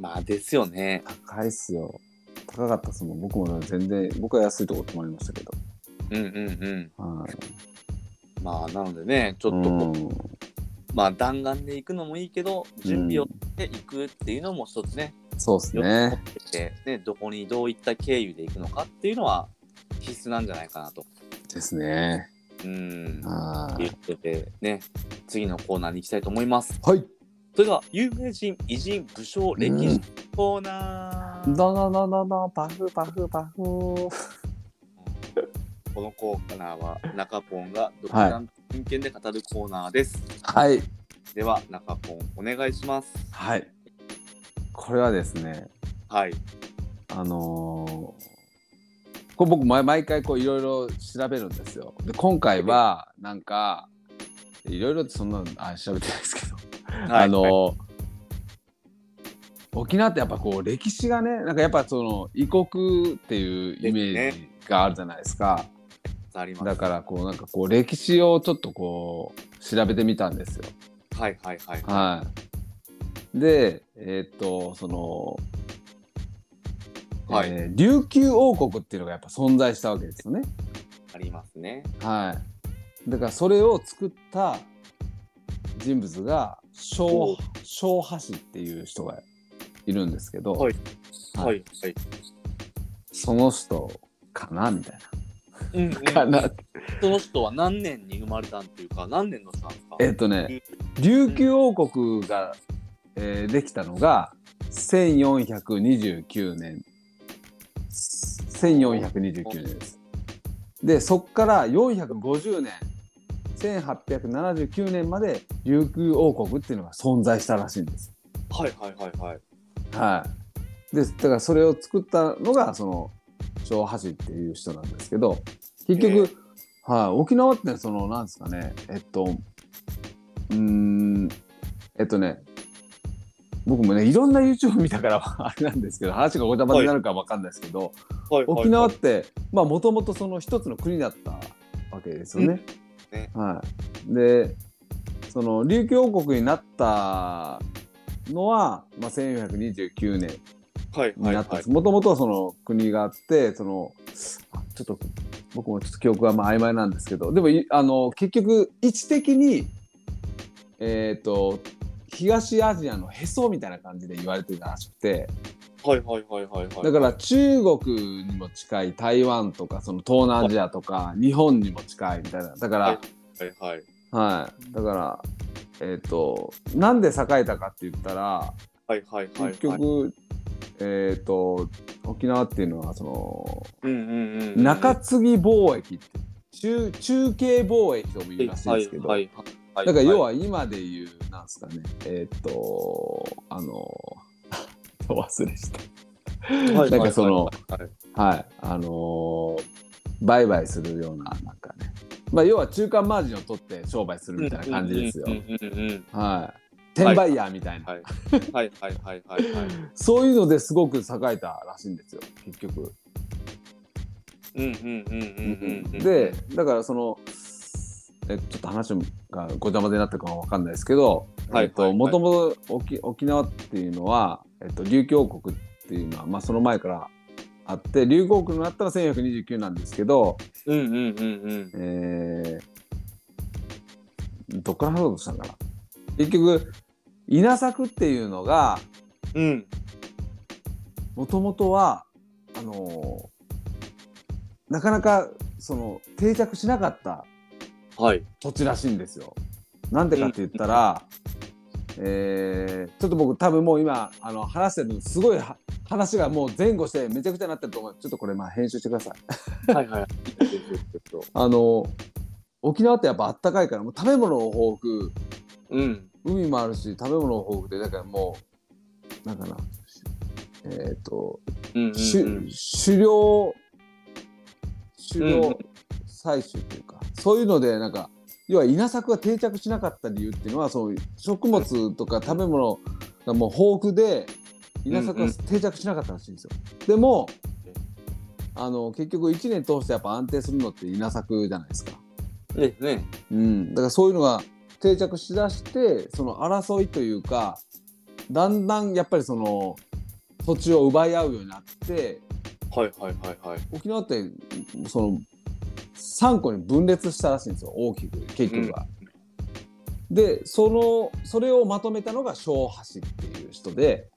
まあですよね。
高いっすよ。高かったっすもん。僕も全然、僕は安いとこ泊まりましたけど。
うんうんうん。
はい。
まあなのでねちょっとこう、まあ弾丸で行くのもいいけど準備をして行くっていうのも一つね,、
うんそうっす
よく
ね。
持っててねどこにどういった経由で行くのかっていうのは必須なんじゃないかなと。
ですね。
うん
は
ということでね次のコーナーに行きたいと思います。
い。はい。
それでは有名人偉人武将歴史コーナー、
どのどのど、パフパフパフ。
このコーナーは中ポンが独断偏見で語るコーナーです。
はい。
では中ポンお願いします。
はい。これはですね、
はい。
あのーこれ僕毎毎回こういろいろ調べるんですよ。で今回はなんかいろいろそんなあ調べてないですけど、
はい
あのー沖縄ってやっぱこう歴史がねなんかやっぱその異国っていうイメージがあるじゃないですか。
あります
だからこうなんかこう歴史をちょっとこう調べてみたんですよ。
はいはいはい。
はい。で、えーっと、その、
はい
えー琉球王国っていうのがやっぱ存在したわけですよね。
ありますね。
はい。だからそれを作った人物が
お
昭昭波氏っていう人がいるんですけど、
はい
はい
はい。
その人かなみたい
うん、うん。
な。かなって。
その人は何年に生まれたんというか、何年の人なんですか
えーっとね、琉球王国が、えーできたのが1429年1429年です。でそこから450年1879年まで琉球王国っていうのが存在したらしいんです。
はいはいはいはい。
はい、でだからそれを作ったのがその昭橋っていう人なんですけど結局、
えー
はい、沖縄ってそのなんですかねえっとうーんえっとね僕もねいろんな YouTube 見たから [LAUGHS] あれなんですけど話がごちゃごちゃになるかわかんないですけど、
はいはいはい、
沖縄ってまあもともとその一つの国だったわけですよね。
うんね
はい、でその琉球王国になったのは、まあ、1429年
はい
に
はい
なっ
は
たんで
い
す。。もともとはその国があって、その、あちょっと僕もちょっと記憶はまあ曖昧なんですけど、でもいあの結局位置的に、えっ、と、東アジアのへそみたいな感じで言われてるらしくて、
はいはいはいはいはい。
だから中国にも近い台湾とか、その東南アジアとか、日本にも近いみたいな。だから、
はいはい
はい。だから、えっ、と、なんで栄えたかって言ったら、
はいはいはい。
結局、えっ、と、沖縄っていうのは、その、
うんうんうんうん。
中継ぎ貿易って中中継貿易とも言うらしいんですけど、
はいはいはい、
だから要
は
は今で言うなんですかねえーっとあの [LAUGHS] 忘れした
い、はいはいはい
なんかその
はいはい
はいあの売買するようななんかねまあ要は中間マージンを取って商売するみたいな感じですよ、
うんうんうんうん
はい転売ヤーみたいな、
はいはいはいはいはいはい。
そういうのですごく栄えたらしいんですよ結局
うんうんうんうんうんうん。
でだからそのえちょっと話がごちゃ混ぜになったかは分かんないですけど
はい
えっ
は
と
い
もともと沖沖縄っていうのは、えっと、琉球王国っていうのは、まあ、その前からあって琉球王国になったら1429なんですけど、
うんうんうんうん。
えー、どっから話そうとしたんかな結局稲作っていうのが
うん。
もともとはあのーなかなかその定着しなかった
はい。
土地らしいんですよ。なんでかって言ったら、えーちょっと僕多分もう今あの話してるのすごいは話がもう前後してめちゃくちゃになってると思うちょっとこれまあ編集してください。
はいはい。
あの沖縄ってやっぱあったかいからもう食べ物の豊富
うん。
海もあるし食べ物の豊富でだからもうなんかなえっ、と、
うん、うん。
しゅ狩猟狩
うんう
猟
ん
採集というか、そういうのでなんか要は稲作が定着しなかった理由っていうのはそういう食物とか食べ物がもう豊富で稲作
うんう
が
ん
定着しなかったらしいんですよ。でもあの結局1年通してやっぱ安定するのって稲作じゃないですか。
ね、ね。
うん、だからそういうのが定着しだしてその争いというかだんだんやっぱりその土地を奪い合うようになって
はいはいはいはい。
沖縄ってその3個に分裂したらしいんですよ大きく結局は。でそのそれをまとめたのが小橋っていう人で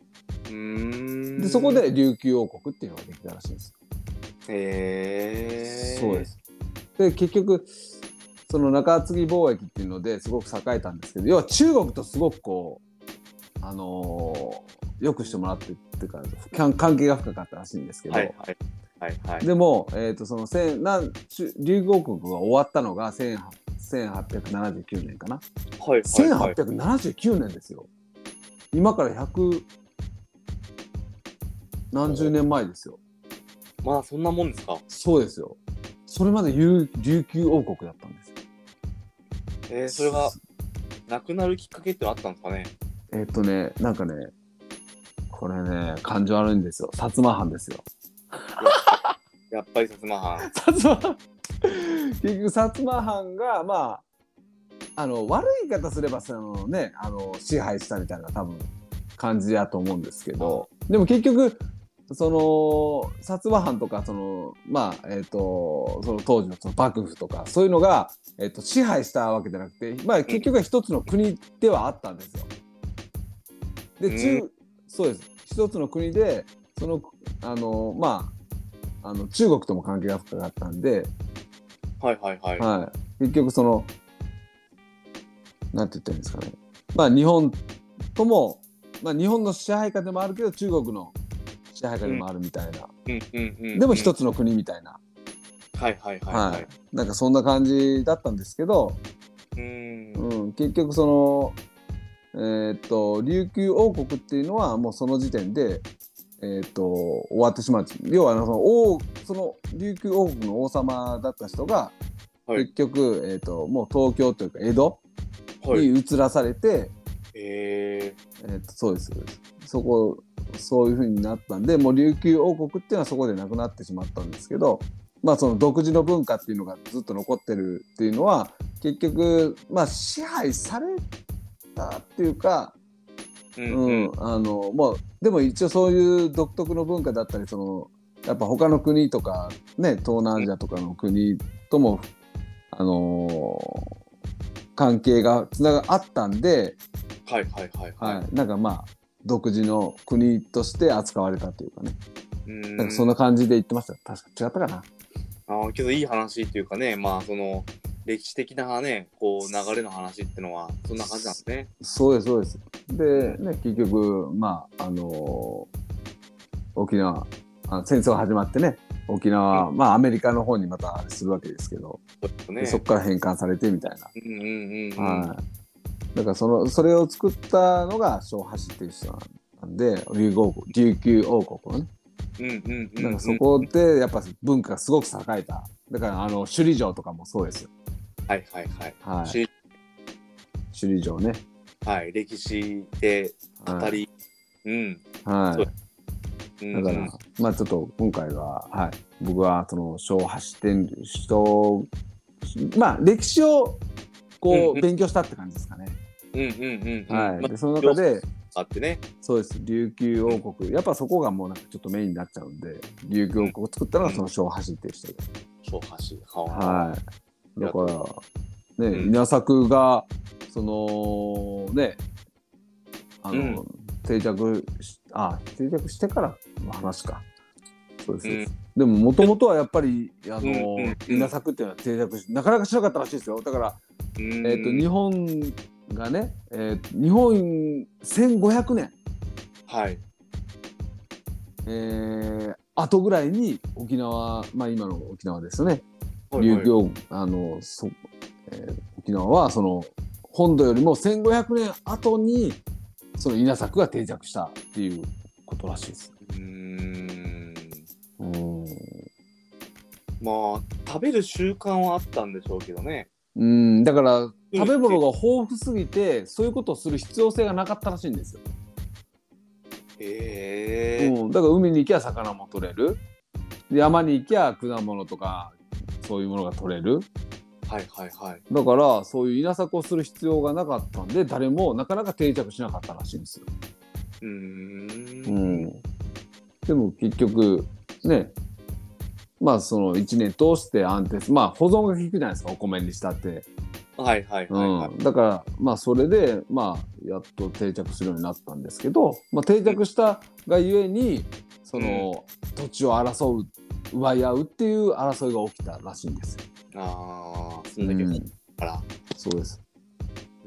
うーん。
でそこ。で琉球王国っていうのができたらしいんです。
へえ。
そうです。で結局その中継ぎ貿易っていうのですごく栄えたんですけど要は中国とすごくこうあのーよくしてもらってっていうか関関係が深かったらしいんですけど、
はいはい。はいはい。
でも、えー、とその千なん中琉球王国が終わったのが千八1879年かな、
はいはいはい。
1879年ですよ今から100何十年前ですよ
まあそんなもんですか。
そうですよそれまで琉琉球王国だったんです
えー、それがなくなるきっかけってあったんですかね。
えっとね、なんかね、これね、感情悪いんですよ。薩摩藩ですよ。
やっぱり薩摩
[LAUGHS]
藩。
薩摩藩結局薩摩藩が、まあ、あの、悪い言い方すれば、そのね、あの、支配したみたいな多分感じやと思うんですけど、でも結局、その、薩摩藩とか、その、まあ、えっ、と、その当時のその幕府とか、そういうのが、えっ、と、支配したわけじゃなくて、まあ、結局は一つの国ではあったんですよ。で、中、
う
そうです。一つの国で、その、あの、まあ、あの、中国とも関係が深かったんで、
はいはいはい。
はい、結局そのなんて言ったらいいんですかねまあ日本とも、まあ、日本の支配下でもあるけど中国の支配下でもあるみたいな、
うんうんうんうん。
でも一。つの国みたいな、
はいはいはい
はい
はい。
なんかそんな感じだったんですけど、
うーん。
うん、結局そのえーっと琉球王国っていうのはもうその時点で。えーっと終わってしまう要はあのその王その琉球王国の王様だった人が、
はい
結局、えーっともう東京というか江戸、
はい。
に移らされて、
え
えー、とそうですそうですそこそういう風になったんでもう琉球王国っていうのはそこでなくなってしまったんですけど、まあ、その独自の文化っていうのがずっと残ってるっていうのは結局、まあ、支配されたっていうか、
ー。
う
うんんうん。
あのまあ、でも一応そういう独特の文化だったりそのやっぱ他の国とか、ね、東南アジアとかの国とも、あのー関係がつながあったんで、
はいはいはいは
はい、なんかまあ独自の国として扱われたというかね、
い。う
なん
ー
かそんな感じで言ってました確か違ったかな
ああ、けどいい話っていうかね、まあその歴史的なね、こう流れの話ってのはそんな感じなんですね。
そうですそうですで、ね、結局まああのー沖縄あ戦争が始まってね沖縄、まあアメリカの方にまたするわけですけど、
ちょっと
で
ね。
そこから返還されてみたいな、
うんうんうん。
はいだからそのそれを作ったのが小橋っていう人なんで琉球王国琉球王国のね
い。うんうんうん。
なんかそこでやっぱ文化がすごく栄えた。だからあの首里城とかもそうですよ。
はいはいはい。
はい。
し
首里城ね。
はい、歴史で語
はい。
り、うん。
は
そ
いう
うんう
だ
ん
から、まあちょっと今回は、はい。僕はその小橋天人、まあ歴史を
うん
こ
う
うん勉強したって感じですかね。
うんうんうん。
はい。
ま
でその中で、
あってね。
そうです。琉球王国。やっぱそこがもうなんかちょっとメインになっちゃうんで、琉球王国を作ったのがその小橋っていう人で
小橋。は
はい。だから、ね、
うん
稲作が、その、ね、あの、
うん
定着し、あ、定着してからの話か。そうです。
うん
でも、もともとはやっぱり、あの、
うんうんうん
稲作っていうのは定着し、なかなかしなかったらしいですよ。だから、
うん
えっと日本がね、えー日本1500年、
はい。
えー後ぐらいに沖縄、まあ、今の沖縄ですよね琉球王あのそ、えー沖縄はその本土よりも1500年後にその稲作が定着したっていうことらしいです。
うーん。
うん
まあ、食べる習慣はあったんでしょうけどね。
うんだから食べ物が豊富すぎてそういうことをする必要性がなかったらしいんですよ。
ええ
うん、だから海に行きゃ魚も取れる山に行きゃ果物とかそういうものが取れる
はいはいはい。
だからそういう稲作をする必要がなかったんで誰もなかなか定着しなかったらしいんですよ。
うーん。
うん、でも結局ねまあその1年通して安定すまあ保存が効くじゃないですかお米にしたって、
はいはいはいはい。
うん、だからまあそれでまあやっと定着するようになったんですけど、まあ、定着したがゆえにその土地を争う奪い合うっていう争いが起きたらしいんですよ。
ああ、そんだけ
う
だ
ん
から。
そうです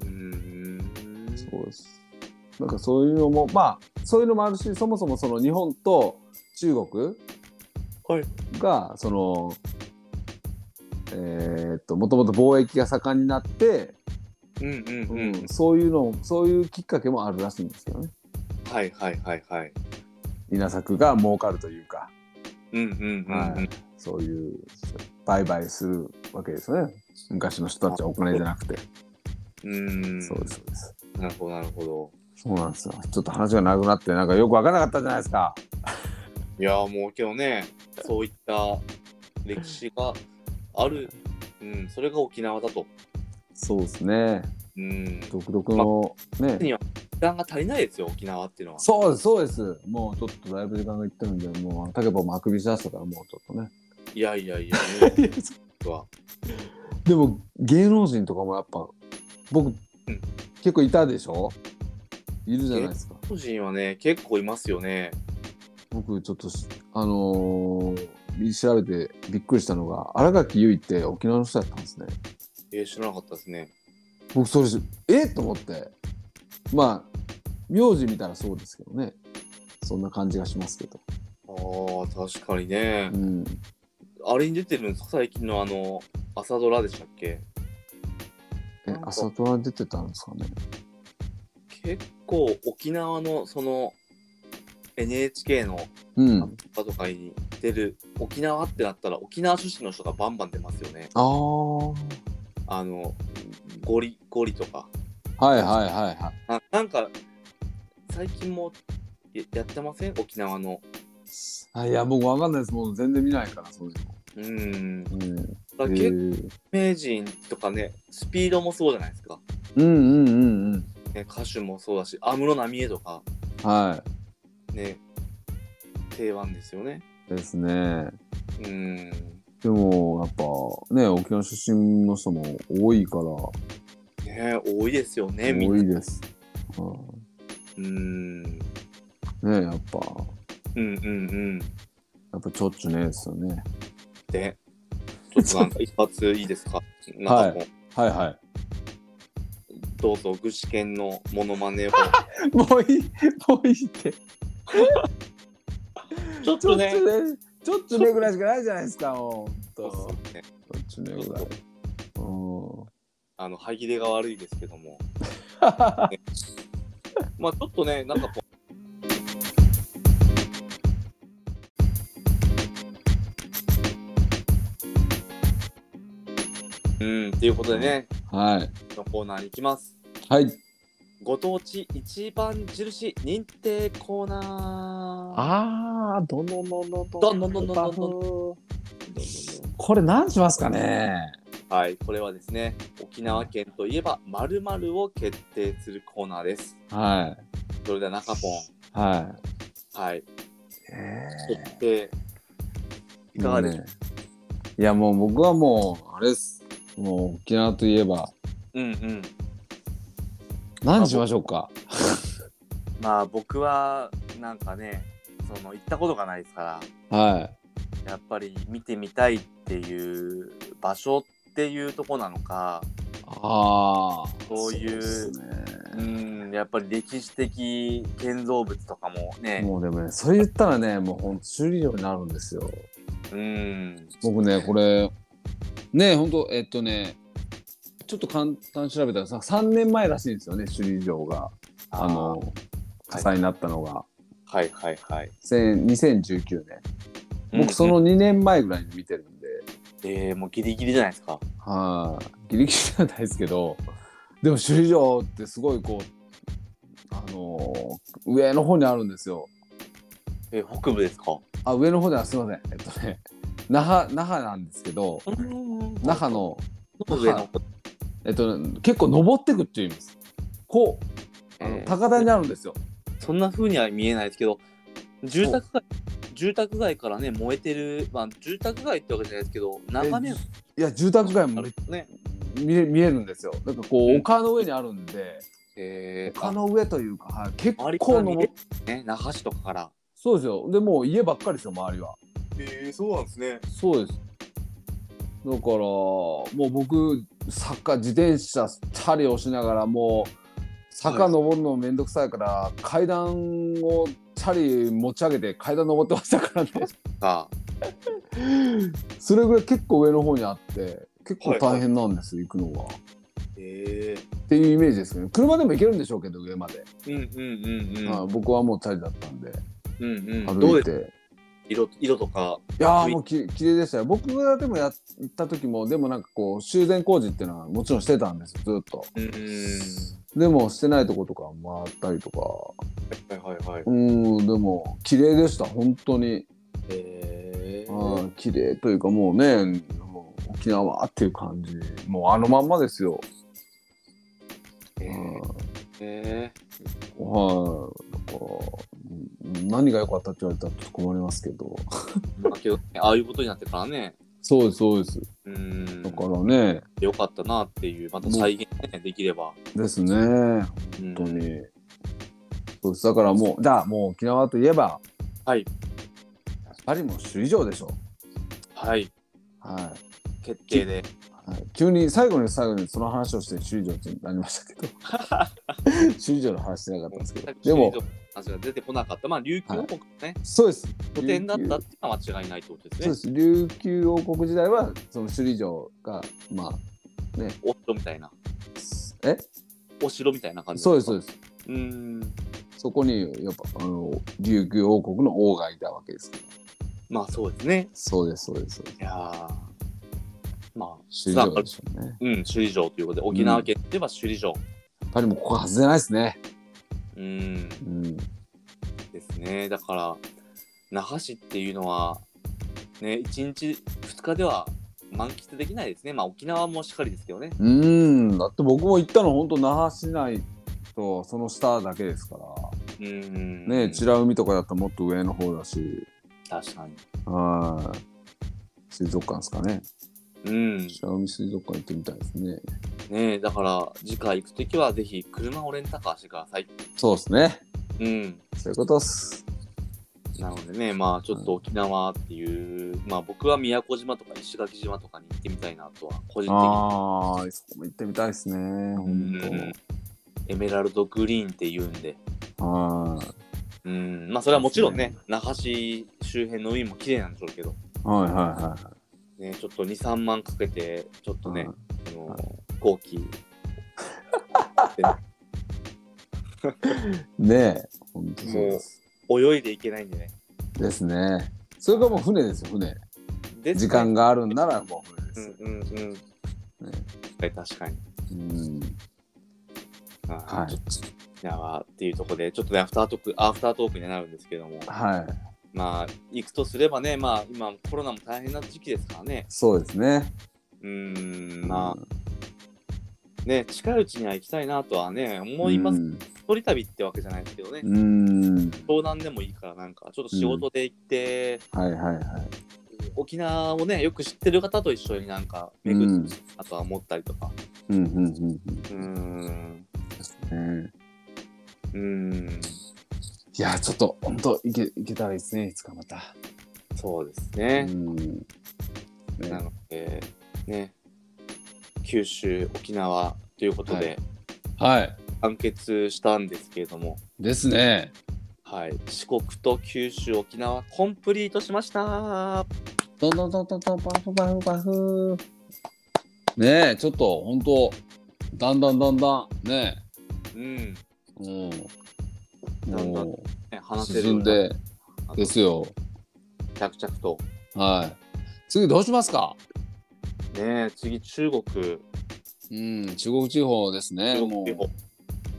うーん。
そうです。なんかそういうのも、まあ、そういうのもあるし、そもそもその日本と中国
はい
が、その、えーっと、もともと貿易が盛んになって、
うんうんうん。
そういうの、そういうきっかけもあるらしいんですけどね。
はいはいはいはい。
稲作が儲かるというか、
うんうんうん、うん
はいそういう、売買するわけですよね。昔の人たちはお金じゃなくて。
うーん。
そうです、そうです。
なるほどなるほど。
そうなんですよ。ちょっと話が長くなって、なんかよくわからなかったじゃないですか。
いやーもうけどね、そういった歴史がある、うん、それが沖縄だと。
そうですね。
うん。時
独特の、ね。
間が足りないですよ、沖縄っていうのは。
そうです、そうです。もうちょっとだいぶ時間がいってるんで、もう、竹場もあくびしだしたから、もうちょっとね。
いやいやいや、僕は。
でも、芸能人とかもやっぱ、僕、結構いたでしょいるじゃないですか。
個人はね、結構いますよね。
僕、ちょっとし、あのー調べてびっくりしたのが、新垣結衣って沖縄の人だったんですね。
えー、知らなかったですね。
僕、それし、えっと思って。まあ、名字見たらそうですけどね。そんな感じがしますけど。
ああ、確かにね
う。ん。
あれに出てるんですか、最近のあの、朝ドラでしたっけ
え、朝ドラ出てたんですかね。
結構沖縄のその NHK の
うん。
場とかに出る沖縄ってなったら沖縄出身の人がバンバン出ますよね。
ああ。はい
あのゴリゴリとか
はいはいはい。
ななんか最近もややってません沖縄の。
あいや、僕わかんないです。もう全然見ないから、そういう
うん。だか
の。うん。
ら
へ
結構
ー
名人とかねスピードもそうじゃないですか。
うんうんうんうん。
ね、歌手もそうだし安室奈美恵とか
は
ね定番ですよね。
い。ですね。
うん。
でも、やっぱ、ね、沖縄出身の人も多いから、
ね多いですよねみん
多。
ない
です。う
うん
んねやっぱ、
うんうんうん。
やっぱちょっちゅねですよね。
で、ちょっとなんか一発いいです [LAUGHS] かなんかもう、
はいはい。
どうぞ具志堅のモノマネを。
もういい、 [LAUGHS] もういいって。
[LAUGHS] ちょっ
ちょ
と
っち
ね、
ゅね、ちょっちゅねぐらいしかないじゃないですか、もう。ち
そう
ょ
そうね
っちゅねぐらい。うん。
あの歯切れが悪いですけど
[LAUGHS]
も。まあちょっとね、なんかこう。うん、ということでね、
はい。
のコーナーに行きます。
はい。
ご当地一番印認定コーナー。
ああ、どんどんどんどん
どんどんどんどんどんどん
これ何しますかね
はい、これはですね、沖縄県といえば〇〇を決定するコーナーです。
は
それでは中ポ
い。は
ン、はい、
い。え
決定。いかがでしょう
ね、いや、もう僕はもう、あれです。もう沖縄といえば、
うんうん。
何しましょうか。
まあ僕はなんかね、その行ったことがないですか
は
ら、やっぱり見てみたいっていう場所っていうとこなのか、
い。あああ
そういう
そうです
うん、やっぱり歴史的建造物とかもね、
ねもうでもねそれ言ったらねもうほんと修理料になるんですよ
うん、
僕ねこれね本当えっとねちょっと簡単に調べたらさ3年前らしいんですよね首里城があの火災になったのが、
はいはいはい。
千2019年
うんうん
僕その2年前ぐらいに見てるんで、
えー、もうギリギリじゃないですか。
はい、ギリギリじゃないですけどでも首里城ってすごいこうあのー上の方にあるんですよ
えー、北部ですか。
あ上の方ではすいませんえっとね那覇那覇なんですけど那覇の
の上の方。
えっと、結構登ってくっていう意味です。こう、あ
え
の
ー
高台にあるんですよ。
そんな風には見えないですけど、住宅街、住宅街からね、燃えてる、まあ、住宅街ってわけじゃないですけど、眺め
えいや、住宅街も
あるね。
見え見えるんですよ。なんかこ
う
う、
ん
丘の上にあるんで、
えー、
丘の上というか、はい、結
周りか
構
ら見れ
登っ
るね、那覇市とかから。
そうですよ。でもう家ばっかりですよ、周りは。
ええー、そうなんですね。
そうです。だから、もう僕、坂、自転車、チャリをしながら、もう、坂登るのめんどくさいから、階段をチャリ持ち上げて階段登ってましたからね。
[LAUGHS] あ、
それぐらい結構上の方にあって結構大変なんですよ、行くのは。
え
っていうイメージですけど、ね、車でも行けるんでしょうけど上まで、
えー、うんうんうんうん。
はい僕はもうチャリだったんで
うんうん、どう
歩
です
いて
色色とか、
いやーもうき綺麗でしたよ僕がでもや行った時もでもなんかこう修繕工事っていうのはもちろんしてたんですよずっと
うん、
でもしてないとことかもあったりとか
はいはいはい。
うんでも綺麗でした本当に、
ええ
あー綺麗というかもうねもう沖縄っていう感じもうあのまんまですよ、
え
うん
え
はい、だからうん何が良かったって言われたらちょっと困りますけど。
まあけどね、ああいうことになってからね、
そうです、そうです。
うん、
だからね、
よかったなっていう、また再現、ね、できれば。
ですね、本
本
当に。そうです、だからもう、だ、もう沖縄といえば、
はい、
やっぱりもう首里城でしょ。
はい、
は
決定で。
い。はい、急に最後に最後にその話をして首里城ってなりましたけ
[LAUGHS]
ど。首里城の話してなかったんですけど。でも、、
話が出てこなかった。まあ、琉球王国のね、
そうです。
拠点だったっていうのは間違いないってことです
そう
ね
で。す。琉球王国時代は、その首里城が、まあ、
お城みたいな、
え
お城みたいな感じ
そうです、そう
う
です。
です。うん、
そこにやっぱあの琉球王国の王がいたわけですから。
まあそうですね。
そうですそうですそうで
いやーまあ、
す。首里城でしょうね。
うん、首里城ということで、沖縄県では首里城。
やっぱりもうここ外れないですね。
うん、
うん。
ですね。だから、那覇市っていうのは、ね、1日、2日では満喫できないですね。まあ、沖縄もしっかりですけどね。
うーん。だって僕も行ったの本当那覇市内とその下だけですから。
うん。
ねえ、美ら海とかだったらもっと上の方だし。
確かに。
はい。水族館ですかね。
うん。
美ら海水族館行ってみたいですね。
ねだから、次回行くときは、ぜひ、車をレンタカーしてください。
そうですね。
うん。
そういうことっす。
なのでね、まあ、ちょっと沖縄っていう、まあ、僕は宮古島とか石垣島とかに行ってみたいなとは、個人的に。
ああ、そこも行ってみたいですね。
うん
本
エメラルドグリーンって言うんで、
当。はい。
うん、まあそれはもちろんね、那覇市周辺の海も綺麗なんでしょうけど、
はいはいはい。
ね、ちょっと2、3万かけて、ちょっとね、
うん
あの
はい
飛行機、
ねえ、本当そうです。
泳いでいけないんでね。
ですね。それがもう船ですよ、船。
で
時間があるんならもう船
う
で
ん
す。
うんうん。はい確かに。
うん。
は
はい
い。いやーっていうところで、ちょっとね、アフタートーク、アフタートークにはなるんですけども、
はい。
まあ、行くとすればね、まあ、今、コロナも大変な時期ですからね、
そうですね。
うん、まあ、ね、近いうちには行きたいなとはね、思います。
うん
一人旅ってわけじゃないですけどね、
うん。
相談でもいいから、なんか、ちょっと仕事で行って、
はいはいはい。
沖縄をね、よく知ってる方と一緒になんか
う
巡っ
ん
て、あとは思ったりとか。
うんうんうん
うーん。
うん。ね
うーん。
いや、ちょっと、本当いけ、いけたらいいですね、いつかまた。
そうです
う
ね。
ん。ね
なので、ね、九州、沖縄ということ
は
で、
はい。
完結したんですけれども、
ですね。
はい、四国と九州、沖縄、コンプリートしました。
どんどんどんどんどんパフパフパフ。ねえ、ちょっと本当だんだんだんだんね
うん、
え、うん、
だんだん
も
ね
う
話せるよう
進ん
に
で
なって
ですよ。
着々と。
はい。次どうしますか。
ねえ次、中国、
うん、中国地方ですね。
中
も
国地
う
方。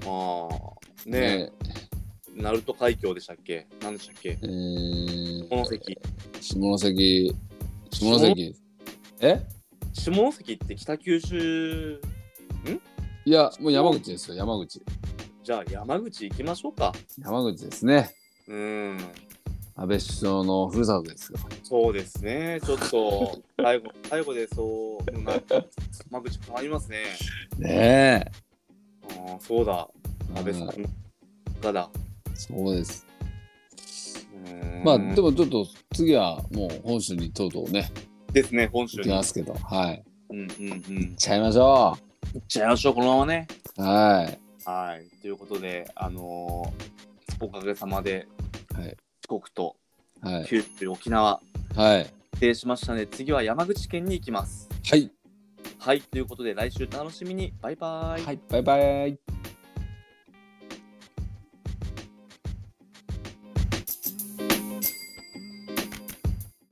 まあ、ねえ
ね
鳴門海峡でしたっけ何でしたっけ
ええー
下関。
下関下関え
下関って北九州
いやもう山口ですよ山口
じゃあ山口行きましょうか。
山口ですね
うん。
安倍首相のふるさとですよ
そうですね。ちょっ
[LAUGHS]
と、最後、最後でそう、もうなんか、間口変わりますね。
ねえ
ああ、そうだ。安倍さんがだ。
そうです
うん
まあでもちょっと次はもう本州にとうとうね
ですね、本州
行き
に。
ますけどはい行
うんうんうん
っ。ちゃいましょ
じゃあ、しょう、このままね。
うはい
はい。ということで、あのーおかげさまで、
はい
四国と
はい
九州、沖縄、
はい
指定しましたので、次は山口県に行きます。
はい
はい、ということで来週楽しみに。バイバイ。
はいバイバイ